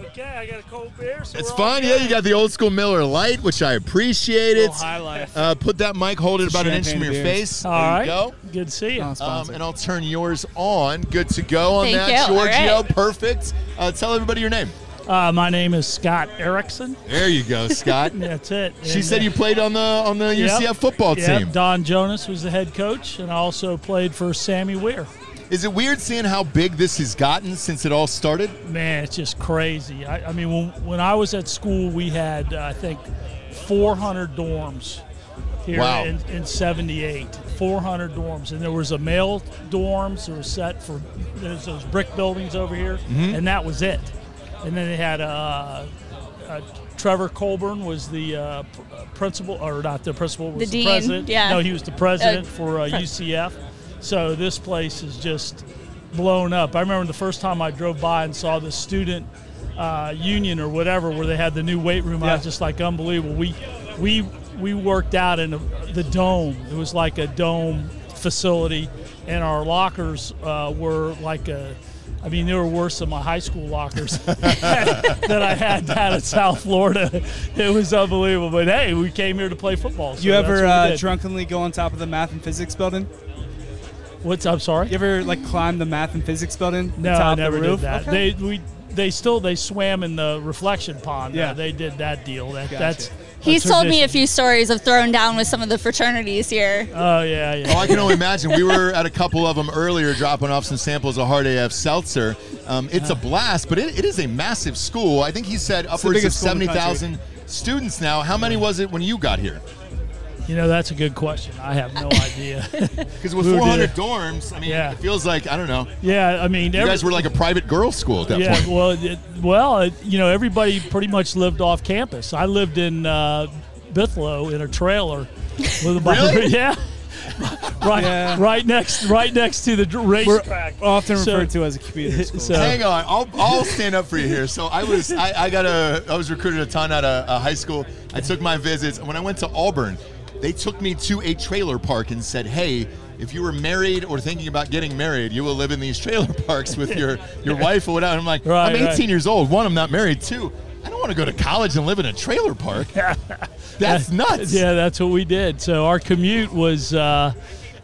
Speaker 7: Okay, I got a cold beer. So
Speaker 2: It's
Speaker 7: we're all
Speaker 2: fine. Yeah,
Speaker 7: good.
Speaker 2: you got the old school Miller Light, which I appreciate. It.
Speaker 3: high life.
Speaker 2: Uh, put that mic, hold it about an inch from your
Speaker 3: Champagne beers.
Speaker 2: face.
Speaker 7: All
Speaker 2: there
Speaker 7: right.
Speaker 2: you go.
Speaker 7: Good to see you.
Speaker 2: Um, and I'll turn yours on. Good to go on
Speaker 6: Thank
Speaker 2: that,
Speaker 6: you. All
Speaker 2: Giorgio.
Speaker 6: right.
Speaker 2: Perfect. Uh, tell everybody your name.
Speaker 7: Uh, my name is Scott Erickson.
Speaker 2: There you go, Scott.
Speaker 7: That's it.
Speaker 2: she
Speaker 7: And,
Speaker 2: said
Speaker 7: uh,
Speaker 2: you played on the on the
Speaker 7: yep,
Speaker 2: UCF football
Speaker 7: yep,
Speaker 2: team.
Speaker 7: Don Jonas was the head coach, and I also played for Sammy Weir.
Speaker 2: Is it weird seeing how big this has gotten since it all started?
Speaker 7: Man, it's just crazy. I, I mean, when, when I was at school, we had uh, I think 400 dorms here
Speaker 2: Wow.
Speaker 7: in, in '78. 400 dorms, and there was a male dorms. There was set for there's those brick buildings over here, and that was it. And then they had uh, uh, Trevor Colburn was the uh, pr- uh, principal, or not the principal, was
Speaker 6: The
Speaker 7: the,
Speaker 6: dean,
Speaker 7: president.
Speaker 6: yeah.
Speaker 7: No, he was the president
Speaker 6: Uh,
Speaker 7: for uh, UCF. So this place is just blown up. I remember the first time I drove by and saw the student uh, union or whatever where they had the new weight room. I
Speaker 3: Yeah.
Speaker 7: was just like, unbelievable. We we we worked out in a, the dome. It was like a dome facility, and our lockers uh, were like a. I mean, they were worse than my high school lockers that I had down in South Florida. It was unbelievable. But hey, we came here to play football. so
Speaker 3: you
Speaker 7: that's
Speaker 3: ever
Speaker 7: what we
Speaker 3: uh,
Speaker 7: did.
Speaker 3: drunkenly go on top of the math and physics building?
Speaker 7: What's I'm sorry.
Speaker 3: You ever like climb the math and physics building?
Speaker 7: No,
Speaker 3: the top
Speaker 7: I
Speaker 3: of the
Speaker 7: never
Speaker 3: roof?
Speaker 7: did that.
Speaker 3: Okay.
Speaker 7: They we they still they swam in the reflection pond. though.
Speaker 3: Yeah.
Speaker 7: they did that deal. That
Speaker 3: Gotcha.
Speaker 7: that's
Speaker 6: He's
Speaker 7: A
Speaker 6: told me a
Speaker 7: tradition.
Speaker 6: few stories of throwing down with some of the fraternities here.
Speaker 7: Oh yeah, yeah.
Speaker 2: Oh, I can only imagine. We were at a couple of them earlier, dropping off some samples of Hard AF Seltzer. Um, it's a blast, but it, it is a massive school. I think he said upwards of
Speaker 3: biggest school in the
Speaker 2: seventy
Speaker 3: country.
Speaker 2: thousand students now. How many was it when you got here?
Speaker 7: You know, that's a good question. I have no idea.
Speaker 2: Because with
Speaker 7: Who did
Speaker 2: four hundred
Speaker 7: it?
Speaker 2: dorms, I mean,
Speaker 7: Yeah.
Speaker 2: it feels like I don't know.
Speaker 7: yeah, I mean,
Speaker 2: You guys were like a private girls' school at that
Speaker 7: yeah,
Speaker 2: point.
Speaker 7: well, it, well, it, you know, everybody pretty much lived off campus. I lived in uh, Bithlow in a trailer with about
Speaker 2: Really?
Speaker 7: yeah. Right,
Speaker 3: Yeah.
Speaker 7: right next, right next to the dr-
Speaker 3: We're
Speaker 7: racetrack.
Speaker 3: often
Speaker 7: So-
Speaker 3: referred to as a commuter school.
Speaker 7: so-
Speaker 2: Hang on, I'll, I'll stand up for you here. So I was I, I got a I was recruited a ton out of uh, high school. I took my visits. When I went to Auburn, they took me to a trailer park and said, "Hey, if you were married or thinking about getting married, you will live in these trailer parks with your your wife or whatever." I'm like,
Speaker 7: Right,
Speaker 2: I'm 18
Speaker 7: right.
Speaker 2: years old. One, I'm not married. Two, I don't want to go to college and live in a trailer park. That's nuts.
Speaker 7: Yeah, that's what we did. So our commute was, uh,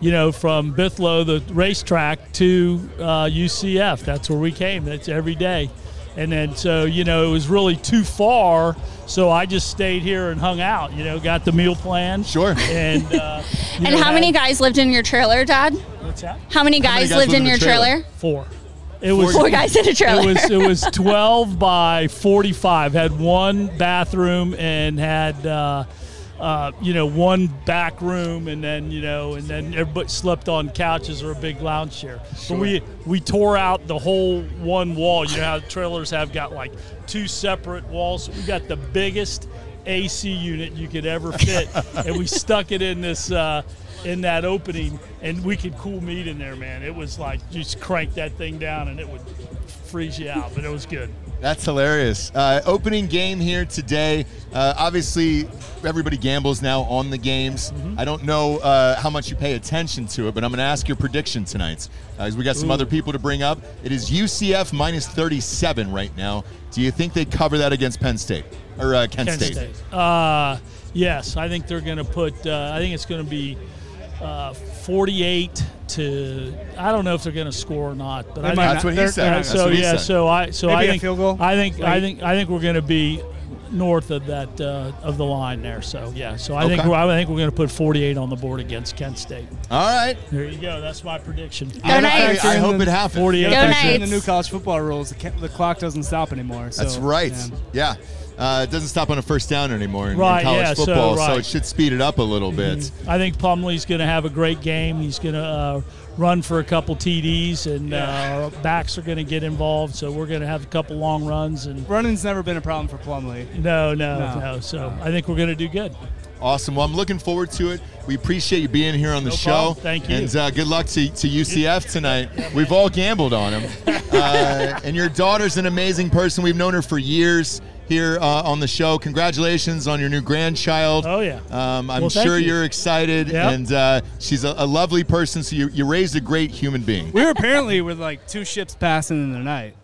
Speaker 7: you know, from Bithlow, the racetrack, to uh, UCF. That's where we came. That's every day. And then, so, you know, it was really too far. So I just stayed here and hung out, you know, got the meal plan.
Speaker 2: Sure.
Speaker 7: And, uh, you
Speaker 6: And
Speaker 7: know,
Speaker 6: how many
Speaker 7: had-
Speaker 6: guys lived in your trailer, Dad?
Speaker 7: What's that?
Speaker 6: How many guys,
Speaker 2: guys
Speaker 6: lived
Speaker 2: live
Speaker 6: in your trailer?
Speaker 7: Four. It was
Speaker 6: Four guys in a trailer.
Speaker 7: It was it was twelve by forty five. Had one bathroom and had uh, uh, you know one back room, and then you know, and then everybody slept on couches or a big lounge chair. But we we tore out the whole one wall. You know how trailers have got like two separate walls. We got the biggest AC unit you could ever fit, and we stuck it in this. Uh, in that opening, and we could cool meat in there, man. It was like just crank that thing down, and it would freeze you out, but it was good.
Speaker 2: That's hilarious. Uh, opening game here today. Uh, obviously, everybody gambles now on the games.
Speaker 7: Mm-hmm.
Speaker 2: I don't know uh, how much you pay attention to it, but I'm going to ask your prediction tonight. Because we got some other people to bring up. It is UCF minus 37 right now. Do you think they cover that against Penn State or uh, Kent,
Speaker 7: Kent
Speaker 2: State?
Speaker 7: State. Uh, yes, I think they're going to put. Uh, I think it's going to be uh, 48 to. I don't know if they're going to score or not, but I think
Speaker 3: might
Speaker 2: That's
Speaker 3: not-
Speaker 2: what he
Speaker 3: they're-
Speaker 2: said.
Speaker 3: they're
Speaker 2: That's
Speaker 3: not-
Speaker 7: so
Speaker 2: what he
Speaker 7: yeah,
Speaker 2: said.
Speaker 7: so I so
Speaker 3: Maybe
Speaker 7: I
Speaker 3: a
Speaker 7: think
Speaker 3: field goal?
Speaker 7: I think I
Speaker 3: Like-
Speaker 7: think I think we're going to be north of that uh, of the line there. So yeah, so I think
Speaker 2: Okay.
Speaker 7: we're, I think we're going to put 48 on the board against Kent State.
Speaker 2: All right.
Speaker 7: There you go. That's my prediction.
Speaker 2: I, I,
Speaker 6: Knights.
Speaker 2: I hope it happens.
Speaker 7: 48.
Speaker 6: Go
Speaker 3: Actually, in the
Speaker 6: Knights.
Speaker 3: new college football rules, the, ca- the clock doesn't stop anymore. So,
Speaker 2: That's right. Yeah.
Speaker 3: yeah.
Speaker 2: Uh, it doesn't stop on a first down anymore in, in
Speaker 7: Right,
Speaker 2: college
Speaker 7: yeah, so,
Speaker 2: football, so,
Speaker 7: right. Mm-hmm.
Speaker 2: it should speed it up a little bit.
Speaker 7: Mm. I think Plumlee's going to have a great game. He's going to uh, run for a couple TDs, and uh, our backs are going to get involved. So we're going to have a couple long runs. And
Speaker 3: Running's never been a problem for Plumlee.
Speaker 7: no, no, no.
Speaker 3: No.
Speaker 7: So I think we're going to do good.
Speaker 2: Awesome. Well, I'm looking forward to it. We appreciate you being here on the
Speaker 7: No
Speaker 2: show.
Speaker 7: problem. Thank you.
Speaker 2: And uh, good luck to, to UCF tonight. We've all gambled on him. Uh, and your daughter's an amazing person. We've known her for years here uh, on the show. Congratulations on your new grandchild.
Speaker 7: Oh, yeah.
Speaker 2: Um,
Speaker 7: Well,
Speaker 2: I'm
Speaker 7: thank
Speaker 2: sure
Speaker 7: you.
Speaker 2: you. are excited.
Speaker 7: Yep.
Speaker 2: And uh, she's a, a lovely person. So you, you raised a great human being.
Speaker 3: We were apparently with like two ships passing in the night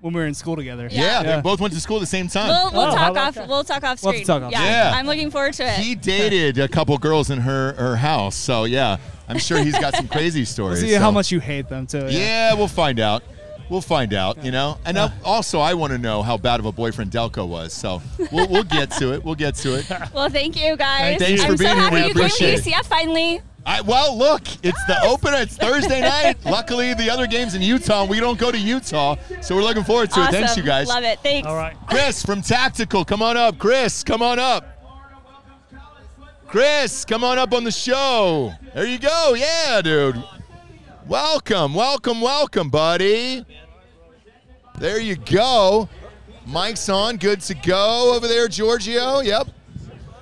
Speaker 3: when we were in school together.
Speaker 2: Yeah,
Speaker 3: Yeah.
Speaker 2: they both went to school at the same time.
Speaker 6: We'll, we'll
Speaker 7: Oh, how
Speaker 6: talk
Speaker 7: about
Speaker 6: off.
Speaker 7: that?
Speaker 6: We'll talk off
Speaker 3: We'll
Speaker 6: screen.
Speaker 3: have to talk off
Speaker 2: Yeah.
Speaker 6: I'm looking forward to it.
Speaker 2: he dated a couple girls in her, her house. So, yeah, I'm sure he's got some crazy stories.
Speaker 3: See how
Speaker 2: so.
Speaker 3: much you hate them too.
Speaker 2: Yeah, we'll find out. We'll find out, you know. And uh, also, I want to know how bad of a boyfriend Delco was. So we'll, we'll get to it. We'll get to it.
Speaker 6: well, thank you guys.
Speaker 2: Thanks
Speaker 6: I'm
Speaker 2: for being
Speaker 6: so
Speaker 2: here.
Speaker 6: happy
Speaker 2: We
Speaker 6: you came
Speaker 2: appreciate it.
Speaker 6: to UCF finally.
Speaker 2: I, well, look, it's the opener. It's Thursday night. Luckily, the other game's in Utah. and We don't go to Utah. So we're looking forward to
Speaker 6: awesome.
Speaker 2: it. Thanks, you guys.
Speaker 6: Love it. Thanks.
Speaker 7: All right.
Speaker 2: Chris from Tactical, come on up. Chris, come on up. Chris, come on up on the show. There you go. Yeah, dude. Welcome, welcome, welcome, buddy. There you go. Mike's on. Good to go over there, Giorgio. Yep.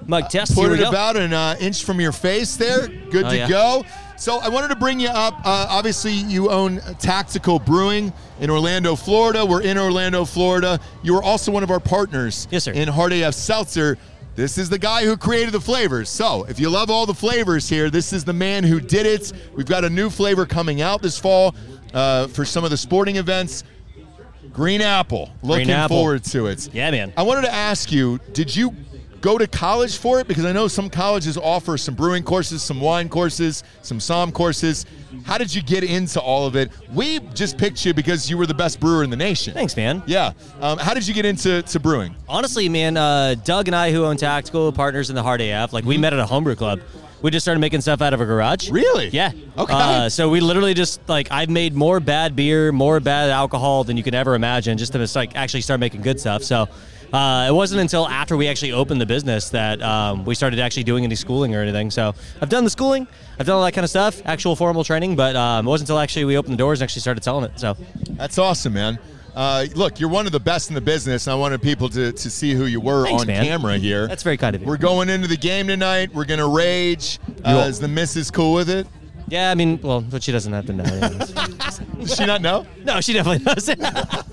Speaker 8: Mike Test, here
Speaker 2: Put
Speaker 8: we
Speaker 2: it
Speaker 8: go.
Speaker 2: about an uh, inch from your face there. Good
Speaker 8: Oh,
Speaker 2: to
Speaker 8: yeah.
Speaker 2: go. So I wanted to bring you up. Uh, obviously, you own Tactical Brewing in Orlando, Florida. We're in Orlando, Florida. You are also one of our partners
Speaker 8: Yes, sir.
Speaker 2: in Hard AF Seltzer. This is the guy who created the flavors. So if you love all the flavors here, this is the man who did it. We've got a new flavor coming out this fall uh, for some of the sporting events. Green apple. Looking
Speaker 8: apple.
Speaker 2: forward to it.
Speaker 8: Yeah, man.
Speaker 2: I wanted to ask you, did you go to college for it? Because I know some colleges offer some brewing courses, some wine courses, some psalm courses. How did you get into all of it? We just picked you because you were the best brewer in the nation.
Speaker 8: Thanks, man.
Speaker 2: Yeah. Um, how did you get into to brewing?
Speaker 8: Honestly, man, uh, Doug and I, who own Tactical, partners in the Hard AF, like we
Speaker 2: Mm-hmm.
Speaker 8: met at a homebrew club. We just started making stuff out of a garage.
Speaker 2: Really?
Speaker 8: Yeah.
Speaker 2: Okay.
Speaker 8: Uh, so we literally just like I've made more bad beer, more bad alcohol than you could ever imagine, just to just, like actually start making good stuff. So uh, it wasn't until after we actually opened the business that um, we started actually doing any schooling or anything. So I've done the schooling, I've done all that kind of stuff, actual formal training, but um, it wasn't until actually we opened the doors and actually started selling it. So
Speaker 2: That's awesome, man. Uh, look, you're one of the best in the business, and I wanted people to, to see who you were
Speaker 8: Thanks,
Speaker 2: on
Speaker 8: man.
Speaker 2: camera here.
Speaker 8: That's very kind of you.
Speaker 2: We're going into the game tonight. We're going to rage. Uh,
Speaker 8: You'll-
Speaker 2: is the missus cool with it?
Speaker 8: yeah, I mean, well, but she doesn't have to know. anyways.
Speaker 2: Does she not know?
Speaker 8: No, she definitely doesn't.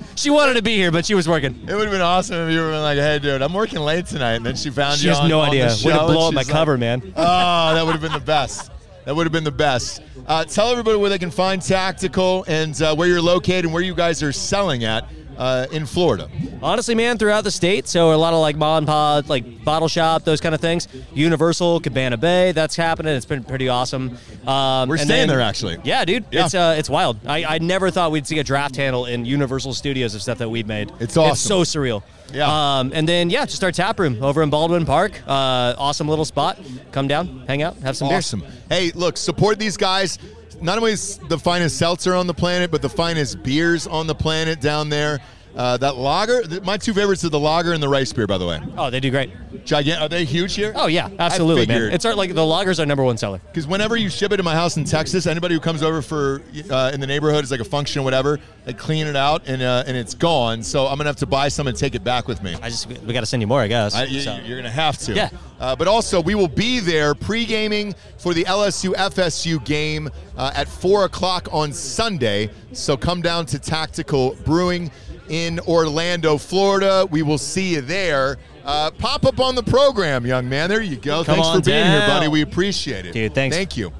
Speaker 8: she wanted to be here, but she was working.
Speaker 2: It would have been awesome if you were like, "Hey, dude, I'm working late tonight," and then she found
Speaker 8: She
Speaker 2: you.
Speaker 8: has
Speaker 2: on-
Speaker 8: no
Speaker 2: on
Speaker 8: idea.
Speaker 2: the
Speaker 8: Way to
Speaker 2: show,
Speaker 8: blow
Speaker 2: and
Speaker 8: up my
Speaker 2: she's
Speaker 8: cover,
Speaker 2: like,
Speaker 8: man.
Speaker 2: Oh, that would have been the best. That would have been the best. Uh, tell everybody where they can find Tactical and uh, where you're located and where you guys are selling at uh, in Florida.
Speaker 8: Honestly, man, throughout the state, so a lot of like mom and pop, like bottle shop, those kind of things. Universal, Cabana Bay, that's happening. It's been pretty awesome. Um,
Speaker 2: We're
Speaker 8: and
Speaker 2: staying
Speaker 8: then-
Speaker 2: there, actually.
Speaker 8: Yeah, dude,
Speaker 2: Yeah.
Speaker 8: it's uh, it's wild. I, I never thought we'd see a draft handle in Universal Studios of stuff that we've made.
Speaker 2: It's
Speaker 8: It's
Speaker 2: awesome.
Speaker 8: so surreal.
Speaker 2: Yeah.
Speaker 8: Um, and then yeah, just our tap room over in Baldwin Park. Uh, awesome little spot. Come down, hang out, have some beers.
Speaker 2: awesome. Hey, look, support these guys. Not only is the finest seltzer on the planet, but the finest beers on the planet down there. Uh, that lager, th- my two favorites are the lager and the rice beer, by the way.
Speaker 8: Oh, they do great.
Speaker 2: Gigantic. Are they huge here?
Speaker 8: Oh yeah, absolutely, man.
Speaker 2: figured.
Speaker 8: It's our like the loggers our number one seller.
Speaker 2: Because whenever you ship it to my house in Texas, anybody who comes over for uh, in the neighborhood is like a function or whatever. They clean it out and uh, and it's gone. So I'm gonna have to buy some and take it back with me.
Speaker 8: I just we got to send you more, I guess.
Speaker 2: I, you,
Speaker 8: So-
Speaker 2: You're going to have to.
Speaker 8: Yeah.
Speaker 2: Uh, but also, we will be there pre gaming for the LSU FSU game uh, at 4 o'clock on Sunday. So come down to Tactical Brewing in Orlando, Florida. We will see you there. Uh, pop up on the program, young man. There you go.
Speaker 8: Come
Speaker 2: Thanks for
Speaker 8: on
Speaker 2: being here,
Speaker 8: down.
Speaker 2: buddy. We appreciate it.
Speaker 8: Dude, thanks.
Speaker 2: Thank you.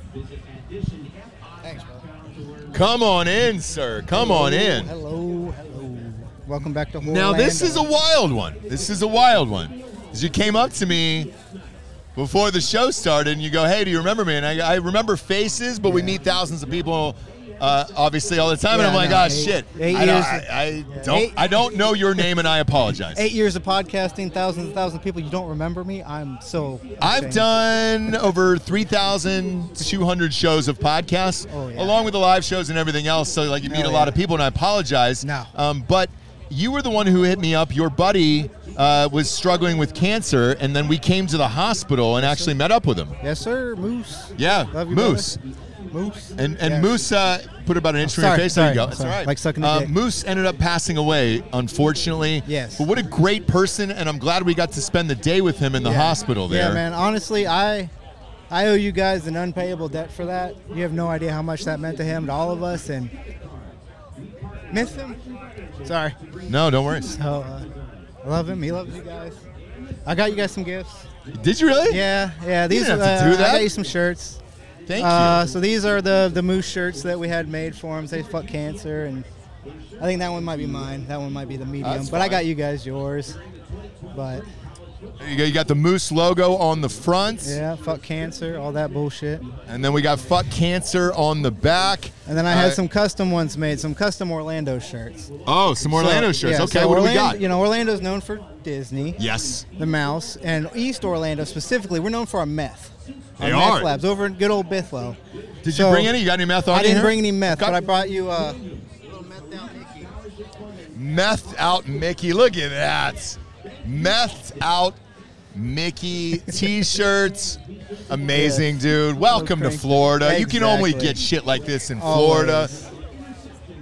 Speaker 2: Come on in, sir. Come on in.
Speaker 9: Hello, hello. Welcome back to
Speaker 2: Now
Speaker 9: Orlando.
Speaker 2: this is a wild one. This is a wild one. 'Cause you came up to me before the show started, and you go, "Hey, do you remember me?" And I, I remember faces, but we meet thousands of people, uh, obviously, all the time. and
Speaker 9: Yeah,
Speaker 2: I'm like,
Speaker 9: no,
Speaker 2: "Ah,
Speaker 9: eight-
Speaker 2: shit,
Speaker 9: eight
Speaker 2: I, don't-
Speaker 9: years-
Speaker 2: I, I don't,
Speaker 9: Eight-
Speaker 2: I don't know your name, and I apologize."
Speaker 9: eight years of podcasting, thousands and thousands of people. You don't remember me? I'm so.
Speaker 2: I've
Speaker 9: ashamed.
Speaker 2: done over 3,200 shows of podcasts,
Speaker 9: Oh, yeah.
Speaker 2: along with the live shows and everything else. So, like, you meet
Speaker 9: Oh,
Speaker 2: a lot
Speaker 9: yeah.
Speaker 2: of people, and I apologize.
Speaker 9: No.
Speaker 2: Um, but you were the one who hit me up. Your buddy uh, was struggling with cancer, and then we came to the hospital and actually met up with him.
Speaker 9: Yes, sir. Moose.
Speaker 2: Yeah,
Speaker 9: Love you,
Speaker 2: Moose.
Speaker 9: brother. Moose.
Speaker 2: And, and
Speaker 9: Yeah. Oh,
Speaker 2: Moose uh, put about an inch from your
Speaker 9: sorry,
Speaker 2: face. There
Speaker 9: sorry,
Speaker 2: you go.
Speaker 9: I'm
Speaker 2: That's
Speaker 9: sorry.
Speaker 2: all right.
Speaker 9: Like sucking a
Speaker 2: Uh,
Speaker 9: dick.
Speaker 2: Moose ended up passing away, unfortunately.
Speaker 9: Yes.
Speaker 2: But what a great person, and I'm glad we got to spend the day with him in the
Speaker 9: Yeah.
Speaker 2: hospital there.
Speaker 9: Yeah, man. Honestly, I. I owe you guys an unpayable debt for that. You have no idea how much that meant to him, to all of us, and miss him. Sorry.
Speaker 2: No, don't worry.
Speaker 9: So, uh, I love him. He loves you guys. I got you guys some gifts.
Speaker 2: Did you really?
Speaker 9: Yeah, yeah. These
Speaker 2: didn't have
Speaker 9: uh,
Speaker 2: to do
Speaker 9: I
Speaker 2: that.
Speaker 9: got you some shirts.
Speaker 2: Thank you.
Speaker 9: Uh, so these are the the moose shirts that we had made for him. Say fuck cancer, and I think that one might be mine. That one might be the medium,
Speaker 2: That's
Speaker 9: but I
Speaker 2: fine.
Speaker 9: got you guys yours. But
Speaker 2: There You go. You got the moose logo on the front,
Speaker 9: yeah, fuck cancer, all that bullshit.
Speaker 2: and then we got "fuck cancer" on the back.
Speaker 9: And then I had
Speaker 2: Uh,
Speaker 9: some custom ones made, some custom Orlando shirts.
Speaker 2: oh, some Orlando
Speaker 9: So,
Speaker 2: shirts.
Speaker 9: yeah,
Speaker 2: okay,
Speaker 9: so
Speaker 2: what do we
Speaker 9: Orlando-
Speaker 2: got?
Speaker 9: You know, Orlando's known for Disney,
Speaker 2: yes,
Speaker 9: the mouse, and East Orlando specifically. We're known for our meth. Our
Speaker 2: They
Speaker 9: meth
Speaker 2: are.
Speaker 9: labs over in good old Bithlo.
Speaker 2: Did
Speaker 9: So-
Speaker 2: you bring any? You got any meth on
Speaker 9: I
Speaker 2: you
Speaker 9: didn't
Speaker 2: here?
Speaker 9: bring any meth,
Speaker 2: Got
Speaker 9: but I brought you uh, a little meth down Mickey.
Speaker 2: meth out, Mickey. Look at that, meth out, Mickey T-shirts. Amazing, dude. Welcome to
Speaker 9: cranky.
Speaker 2: Florida. You can only
Speaker 9: Exactly.
Speaker 2: get shit like this in
Speaker 9: Always.
Speaker 2: Florida.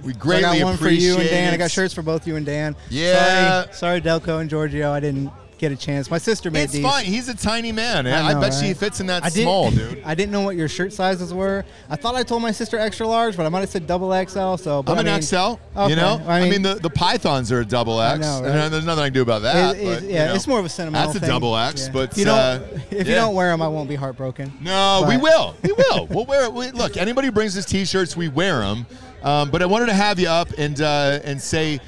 Speaker 2: We
Speaker 9: I
Speaker 2: greatly
Speaker 9: got one for
Speaker 2: appreciate
Speaker 9: you and Dan.
Speaker 2: it.
Speaker 9: I got shirts for both you and Dan.
Speaker 2: Yeah.
Speaker 9: Sorry, sorry Delco and Giorgio. I didn't get a chance. My sister made
Speaker 2: It's
Speaker 9: these.
Speaker 2: fine. He's a tiny man. I,
Speaker 9: know,
Speaker 2: bet
Speaker 9: right?
Speaker 2: she fits in that
Speaker 9: I didn't-
Speaker 2: small, dude.
Speaker 9: I didn't know what your shirt sizes were. I thought I told my sister extra larlarge, but I might have said double XL. So but
Speaker 2: I'm
Speaker 9: I
Speaker 2: an
Speaker 9: mean,
Speaker 2: XL.
Speaker 9: okay,
Speaker 2: You know, I mean, the, the pythons are a double X.
Speaker 9: I know, right?
Speaker 2: and there's nothing I can do about that.
Speaker 9: it- it-
Speaker 2: but, you
Speaker 9: yeah,
Speaker 2: know,
Speaker 9: it's more of a sentimental.
Speaker 2: That's a
Speaker 9: thing.
Speaker 2: double X,
Speaker 9: Yeah.
Speaker 2: but
Speaker 9: If you don't,
Speaker 2: uh,
Speaker 9: if you
Speaker 2: yeah.
Speaker 9: don't wear them, I won't be heartbroken.
Speaker 2: no, we
Speaker 9: but-
Speaker 2: will. We will. we'll wear it. We, look, anybody who brings us t-shirts, we wear them. Um, but I wanted to have you up and uh, and say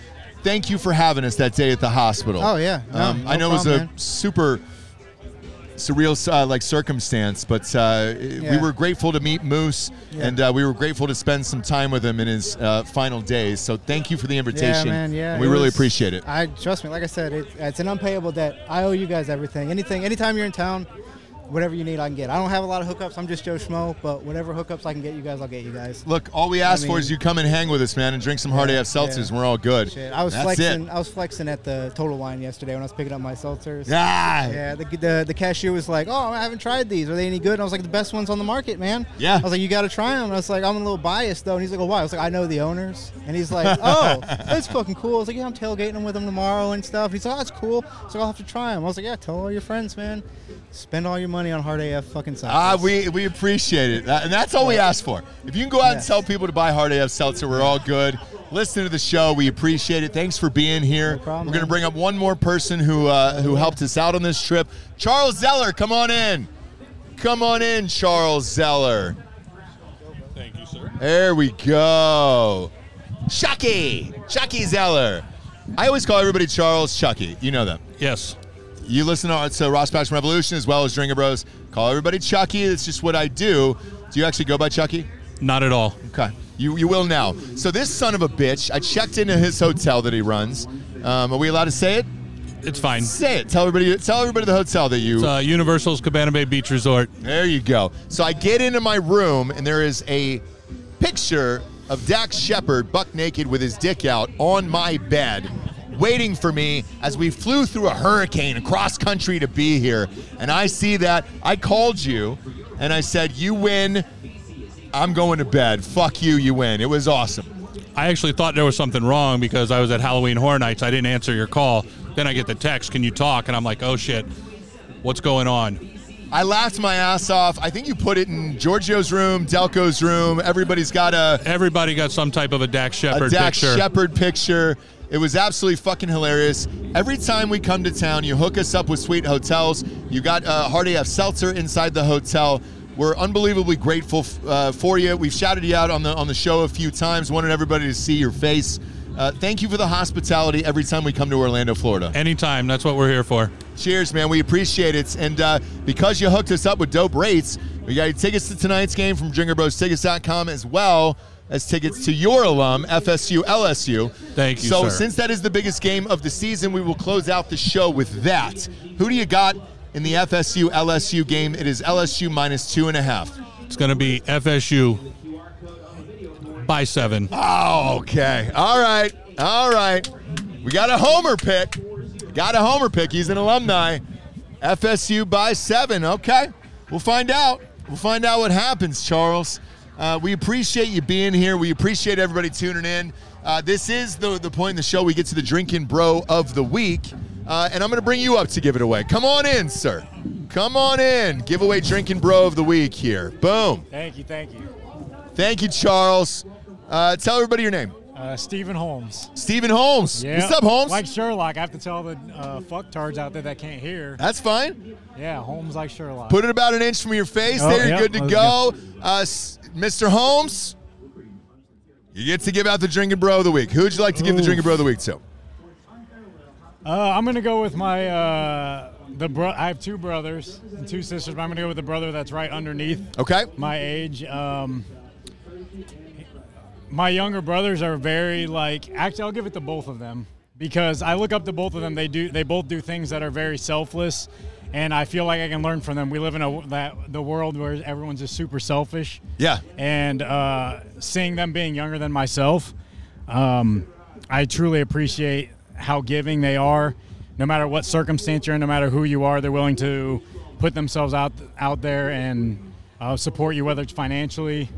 Speaker 2: thank you for having us that day at the hospital.
Speaker 9: Oh, yeah. No,
Speaker 2: um,
Speaker 9: no
Speaker 2: I know it was
Speaker 9: problem,
Speaker 2: a
Speaker 9: man.
Speaker 2: super surreal uh, like circumstance, but uh, we
Speaker 9: Yeah.
Speaker 2: were grateful to meet Moose, and uh, we were grateful to spend some time with him in his uh, final days. So thank you for the
Speaker 9: Yeah,
Speaker 2: invitation.
Speaker 9: man. Yeah,
Speaker 2: And we
Speaker 9: it
Speaker 2: really
Speaker 9: was-
Speaker 2: appreciate it.
Speaker 9: I trust me. Like I said, it, it's an unpayable debt. I owe you guys everything. Anything, anytime you're in town, whatever you need, I can get. I don't have a lot of hookups. I'm just Joe Schmo, but whatever hookups I can get you guys, I'll get you guys.
Speaker 2: Look, all we ask
Speaker 9: I
Speaker 2: for
Speaker 9: mean-
Speaker 2: is you come and hang with us, man, and drink some hard
Speaker 9: Yeah,
Speaker 2: AF seltzers.
Speaker 9: yeah.
Speaker 2: and We're all good.
Speaker 9: Shit, I was
Speaker 2: That's
Speaker 9: flexing.
Speaker 2: it.
Speaker 9: I was flexing at the Total Wine yesterday when I was picking up my seltzers.
Speaker 2: Yeah.
Speaker 9: Yeah, the, the, the cashier was like, "Oh, I haven't tried these. Are they any good?" And I was like, "The best ones on the market, man."
Speaker 2: Yeah.
Speaker 9: I was like, "You got to try them." And I was like, "I'm a little biased though." And he's like, "Oh, why?" I was like, "I know the owners." And he's like, "Oh, that's fucking cool." I was like, "Yeah, I'm tailgating them with them tomorrow and stuff." he's like, "Oh, that's cool." So I'll have to try them. I was like, "Yeah, tell all your friends, man. Spend all your money on hard AF fucking seltzers."
Speaker 2: Ah, we, we appreciate it. That- and that's all we ask for. If you can go out and
Speaker 9: Yes.
Speaker 2: tell people to buy Hard AF Seltzer, we're all good. Listen to the show. We appreciate it. Thanks for being here.
Speaker 9: No problem,
Speaker 2: we're going to
Speaker 9: man.
Speaker 2: bring up one more person who, uh, who helped us out on this trip. Charles Zeller, come on in. Come on in, Charles Zeller.
Speaker 10: Thank you, sir.
Speaker 2: There we go. Chucky. Chucky Zeller. I always call everybody Charles Chucky. You know that.
Speaker 10: Yes.
Speaker 2: You listen to, to Ross Passion Revolution as well as Drinker Bros. Call everybody Chucky. It's just what I do. Do you actually go by Chucky?
Speaker 10: Not at all.
Speaker 2: Okay. You, you will now. So this son of a bitch, I checked into his hotel that he runs. Um, are we allowed to say it?
Speaker 10: It's fine.
Speaker 2: Say it. Tell everybody. Tell everybody the hotel that you.
Speaker 10: It's, uh, Universal's Cabana Bay Beach Resort.
Speaker 2: There you go. So I get into my room and there is a picture of Dax Shepard buck naked with his dick out on my bed, waiting for me as we flew through a hurricane across country to be here. And I see that. I called you and I said, You win. I'm going to bed. Fuck you. You win. It was awesome.
Speaker 10: I actually thought there was something wrong because I was at Halloween Horror Nights. I didn't answer your call. Then I get the text, "Can you talk?" And I'm like, "Oh shit, what's going on?"
Speaker 2: I laughed my ass off. I think you put it in Giorgio's room, Delco's room. Everybody's got a.
Speaker 10: Everybody got some type of a Dax
Speaker 2: a
Speaker 10: Shepard
Speaker 2: Dax
Speaker 10: picture.
Speaker 2: Shepard picture. It was absolutely fucking hilarious. Every time we come to town, you hook us up with sweet hotels. You got uh, Hard AF Seltzer inside the hotel. We're unbelievably grateful f- uh, for you. We've shouted you out on the on the show a few times. Wanted everybody to see your face. Uh, thank you for the hospitality every time we come to Orlando, Florida.
Speaker 10: Anytime. That's what we're here for.
Speaker 2: Cheers, man. We appreciate it. And uh, because you hooked us up with dope rates, we got your tickets to tonight's game from DrinkerBrosTickets.com as well as tickets to your alum, FSU LSU.
Speaker 10: Thank you,
Speaker 2: So
Speaker 10: sir.
Speaker 2: since that is the biggest game of the season, we will close out the show with that. Who do you got in the FSU LSU game? It is LSU minus two and a half.
Speaker 10: It's going to be FSU by seven.
Speaker 2: Oh, okay. All right. All right. We got a homer pick. Got a homer pick. He's an alumni. FSU by seven. Okay. We'll find out. We'll find out what happens, Charles. Uh, we appreciate you being here. We appreciate everybody tuning in. Uh, this is the, the point in the show we get to the drinking bro of the week. Uh, and I'm going to bring you up to give it away. Come on in, sir. Come on in. Give away drinking bro of the week here. Boom.
Speaker 11: Thank you, thank you.
Speaker 2: Thank you, Charles. Uh, tell everybody your name.
Speaker 11: Uh, Stephen Holmes.
Speaker 2: Stephen Holmes.
Speaker 11: Yeah.
Speaker 2: What's up, Holmes?
Speaker 11: Like Sherlock, I have to tell the uh, fucktards out there that can't hear.
Speaker 2: That's fine.
Speaker 11: Yeah, Holmes like Sherlock.
Speaker 2: Put it about an inch from your face.
Speaker 11: Oh,
Speaker 2: there, you're
Speaker 11: yeah,
Speaker 2: good to
Speaker 11: that was
Speaker 2: go. Uh, s- Mr. Holmes, you get to give out the drinking bro of the week. Who'd you like to give the drinking bro of the week to?
Speaker 11: Uh, I'm gonna go with my uh, the bro. I have two brothers and two sisters, but I'm gonna go with the brother that's right underneath
Speaker 2: Okay.
Speaker 11: my age. Um, my younger brothers are very like. Actually, I'll give it to both of them because I look up to both of them. They do. They both do things that are very selfless, and I feel like I can learn from them. We live in a that the world where everyone's just super selfish.
Speaker 2: Yeah.
Speaker 11: And uh, seeing them being younger than myself, um, I truly appreciate how giving they are. No matter what circumstance you're in, no matter who you are, they're willing to put themselves out out there and uh, support you, whether it's financially,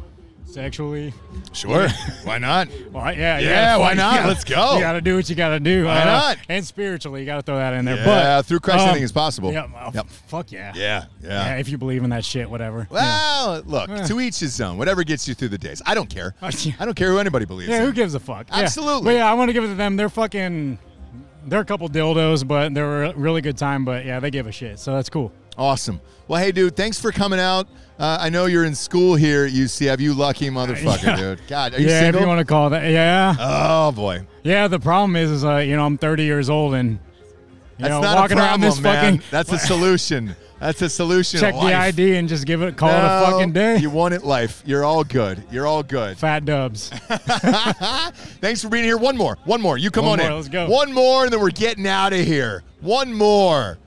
Speaker 11: sexually.
Speaker 2: Sure. Why not?
Speaker 11: Well, I- yeah,
Speaker 2: Yeah,
Speaker 11: yeah.
Speaker 2: why
Speaker 11: you
Speaker 2: not?
Speaker 11: gotta-
Speaker 2: Let's go.
Speaker 11: You got to do what you got to do. uh,
Speaker 2: Why not?
Speaker 11: And spiritually, you got to throw that in there.
Speaker 2: Yeah,
Speaker 11: but um,
Speaker 2: through Christ, anything is possible.
Speaker 11: Yeah, well,
Speaker 2: Yep.
Speaker 11: Fuck yeah.
Speaker 2: Yeah.
Speaker 11: Yeah,
Speaker 2: Yeah.
Speaker 11: If you believe in that shit, whatever. yeah.
Speaker 2: Well, look, to each his own. Whatever gets you through the days. I don't care.
Speaker 11: Oh, yeah.
Speaker 2: I don't care who anybody believes.
Speaker 11: Yeah,
Speaker 2: in.
Speaker 11: who gives a fuck? Yeah.
Speaker 2: Absolutely.
Speaker 11: But yeah, I want to give it to them. They're fucking. They're a couple dildos, but they were a really good time. But yeah, they give a shit, so that's cool.
Speaker 2: Awesome. Well, hey, dude, thanks for coming out. Uh, I know you're in school here at UCF. You lucky motherfucker,
Speaker 11: Yeah.
Speaker 2: dude. God, are you
Speaker 11: yeah,
Speaker 2: single?
Speaker 11: if you want to call that. Yeah,
Speaker 2: oh boy,
Speaker 11: yeah. The problem is, is uh, you know, I'm 30 years old and you
Speaker 2: that's
Speaker 11: know,
Speaker 2: not
Speaker 11: walking
Speaker 2: a
Speaker 11: around
Speaker 2: problem,
Speaker 11: this
Speaker 2: man.
Speaker 11: fucking.
Speaker 2: That's a solution. That's a solution. to
Speaker 11: Check the
Speaker 2: life.
Speaker 11: ID and just give it call it a
Speaker 2: No,
Speaker 11: fucking day.
Speaker 2: You want it life. You're all good. You're all good.
Speaker 11: Fat dubs.
Speaker 2: Thanks for being here. One more. One more. You come
Speaker 11: One
Speaker 2: on
Speaker 11: more,
Speaker 2: in.
Speaker 11: let's go.
Speaker 2: One more, and then we're getting out of here. One more.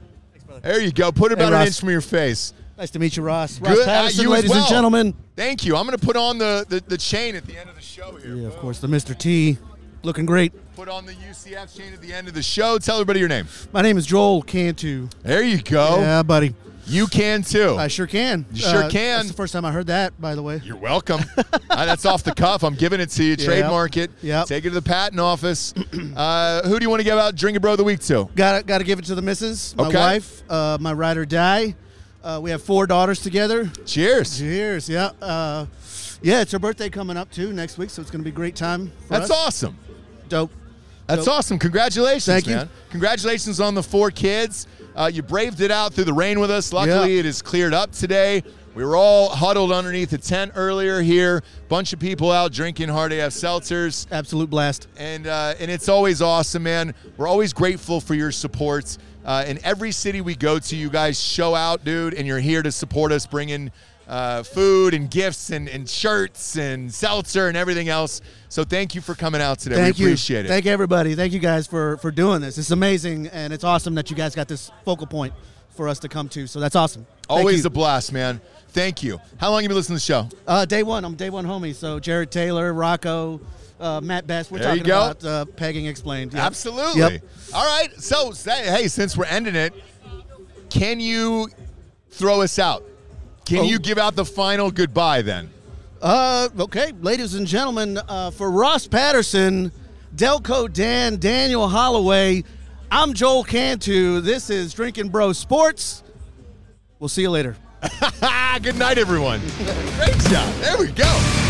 Speaker 2: There you go. Put about an
Speaker 12: Russ.
Speaker 2: inch from your face.
Speaker 12: Nice to meet you, Ross. Ross
Speaker 2: Good. at
Speaker 12: Patterson,
Speaker 2: you as
Speaker 12: ladies
Speaker 2: well.
Speaker 12: and gentlemen.
Speaker 2: Thank you. I'm going to put on the, the, the chain at the end of the show here.
Speaker 12: Yeah, of course, the Mr. T, looking great.
Speaker 2: Put on the UCF chain at the end of the show. Tell everybody your name.
Speaker 12: My name is Joel Cantu.
Speaker 2: There you go.
Speaker 12: Yeah, buddy.
Speaker 2: You can too.
Speaker 12: I sure can.
Speaker 2: You sure
Speaker 12: Uh,
Speaker 2: can.
Speaker 12: That's the first time I heard that, by the way.
Speaker 2: You're welcome. Uh, that's off the cuff. I'm giving it to you.
Speaker 12: Yeah.
Speaker 2: Trademark it.
Speaker 12: Yep.
Speaker 2: Take it to the patent office. Uh, who do you want to give out Drinking Bro of the Week to?
Speaker 12: Gotta gotta give it to the missus, my
Speaker 2: Okay.
Speaker 12: wife, uh, my ride or die. Uh, we have four daughters together.
Speaker 2: Cheers.
Speaker 12: Cheers. Yeah. Uh, yeah, it's her birthday coming up too next week, so it's gonna be a great time. For
Speaker 2: That's
Speaker 12: us.
Speaker 2: awesome.
Speaker 12: Dope.
Speaker 2: That's
Speaker 12: Dope.
Speaker 2: awesome. Congratulations,
Speaker 12: Thank you.
Speaker 2: man. Congratulations on the four kids. Uh, you braved it out through the rain with us. Luckily,
Speaker 12: Yeah.
Speaker 2: it is cleared up today. We were all huddled underneath a tent earlier here. Bunch of people out drinking hard AF seltzers.
Speaker 12: Absolute blast.
Speaker 2: and uh, and it's always awesome, man. We're always grateful for your support. Uh, in every city we go to, you guys show out, dude, and you're here to support us, bringing uh, food and gifts and, and shirts and seltzer and everything else. So thank you for coming out today.
Speaker 12: Thank
Speaker 2: we
Speaker 12: you.
Speaker 2: appreciate it.
Speaker 12: Thank everybody. Thank you guys for for doing this. It's amazing and it's awesome that you guys got this focal point for us to come to. So that's awesome. Thank
Speaker 2: always
Speaker 12: you.
Speaker 2: a blast, man. Thank you. How long you been listening to the show?
Speaker 12: Uh, day one, I'm day one homie. So Jared Taylor, Rocco, uh, Matt Best. We're
Speaker 2: There you
Speaker 12: talking
Speaker 2: go.
Speaker 12: about uh, pegging explained. Yep.
Speaker 2: Absolutely.
Speaker 12: Yep.
Speaker 2: All right. So say, hey, since we're ending it, can you throw us out? Can
Speaker 12: Oh.
Speaker 2: you give out the final goodbye then?
Speaker 12: Uh, okay, ladies and gentlemen, uh, for Ross Patterson, Delco Dan, Daniel Holloway, I'm Joel Cantu. This is Drinking Bro Sports. We'll see you later.
Speaker 2: Good night, everyone. Great job. There we go.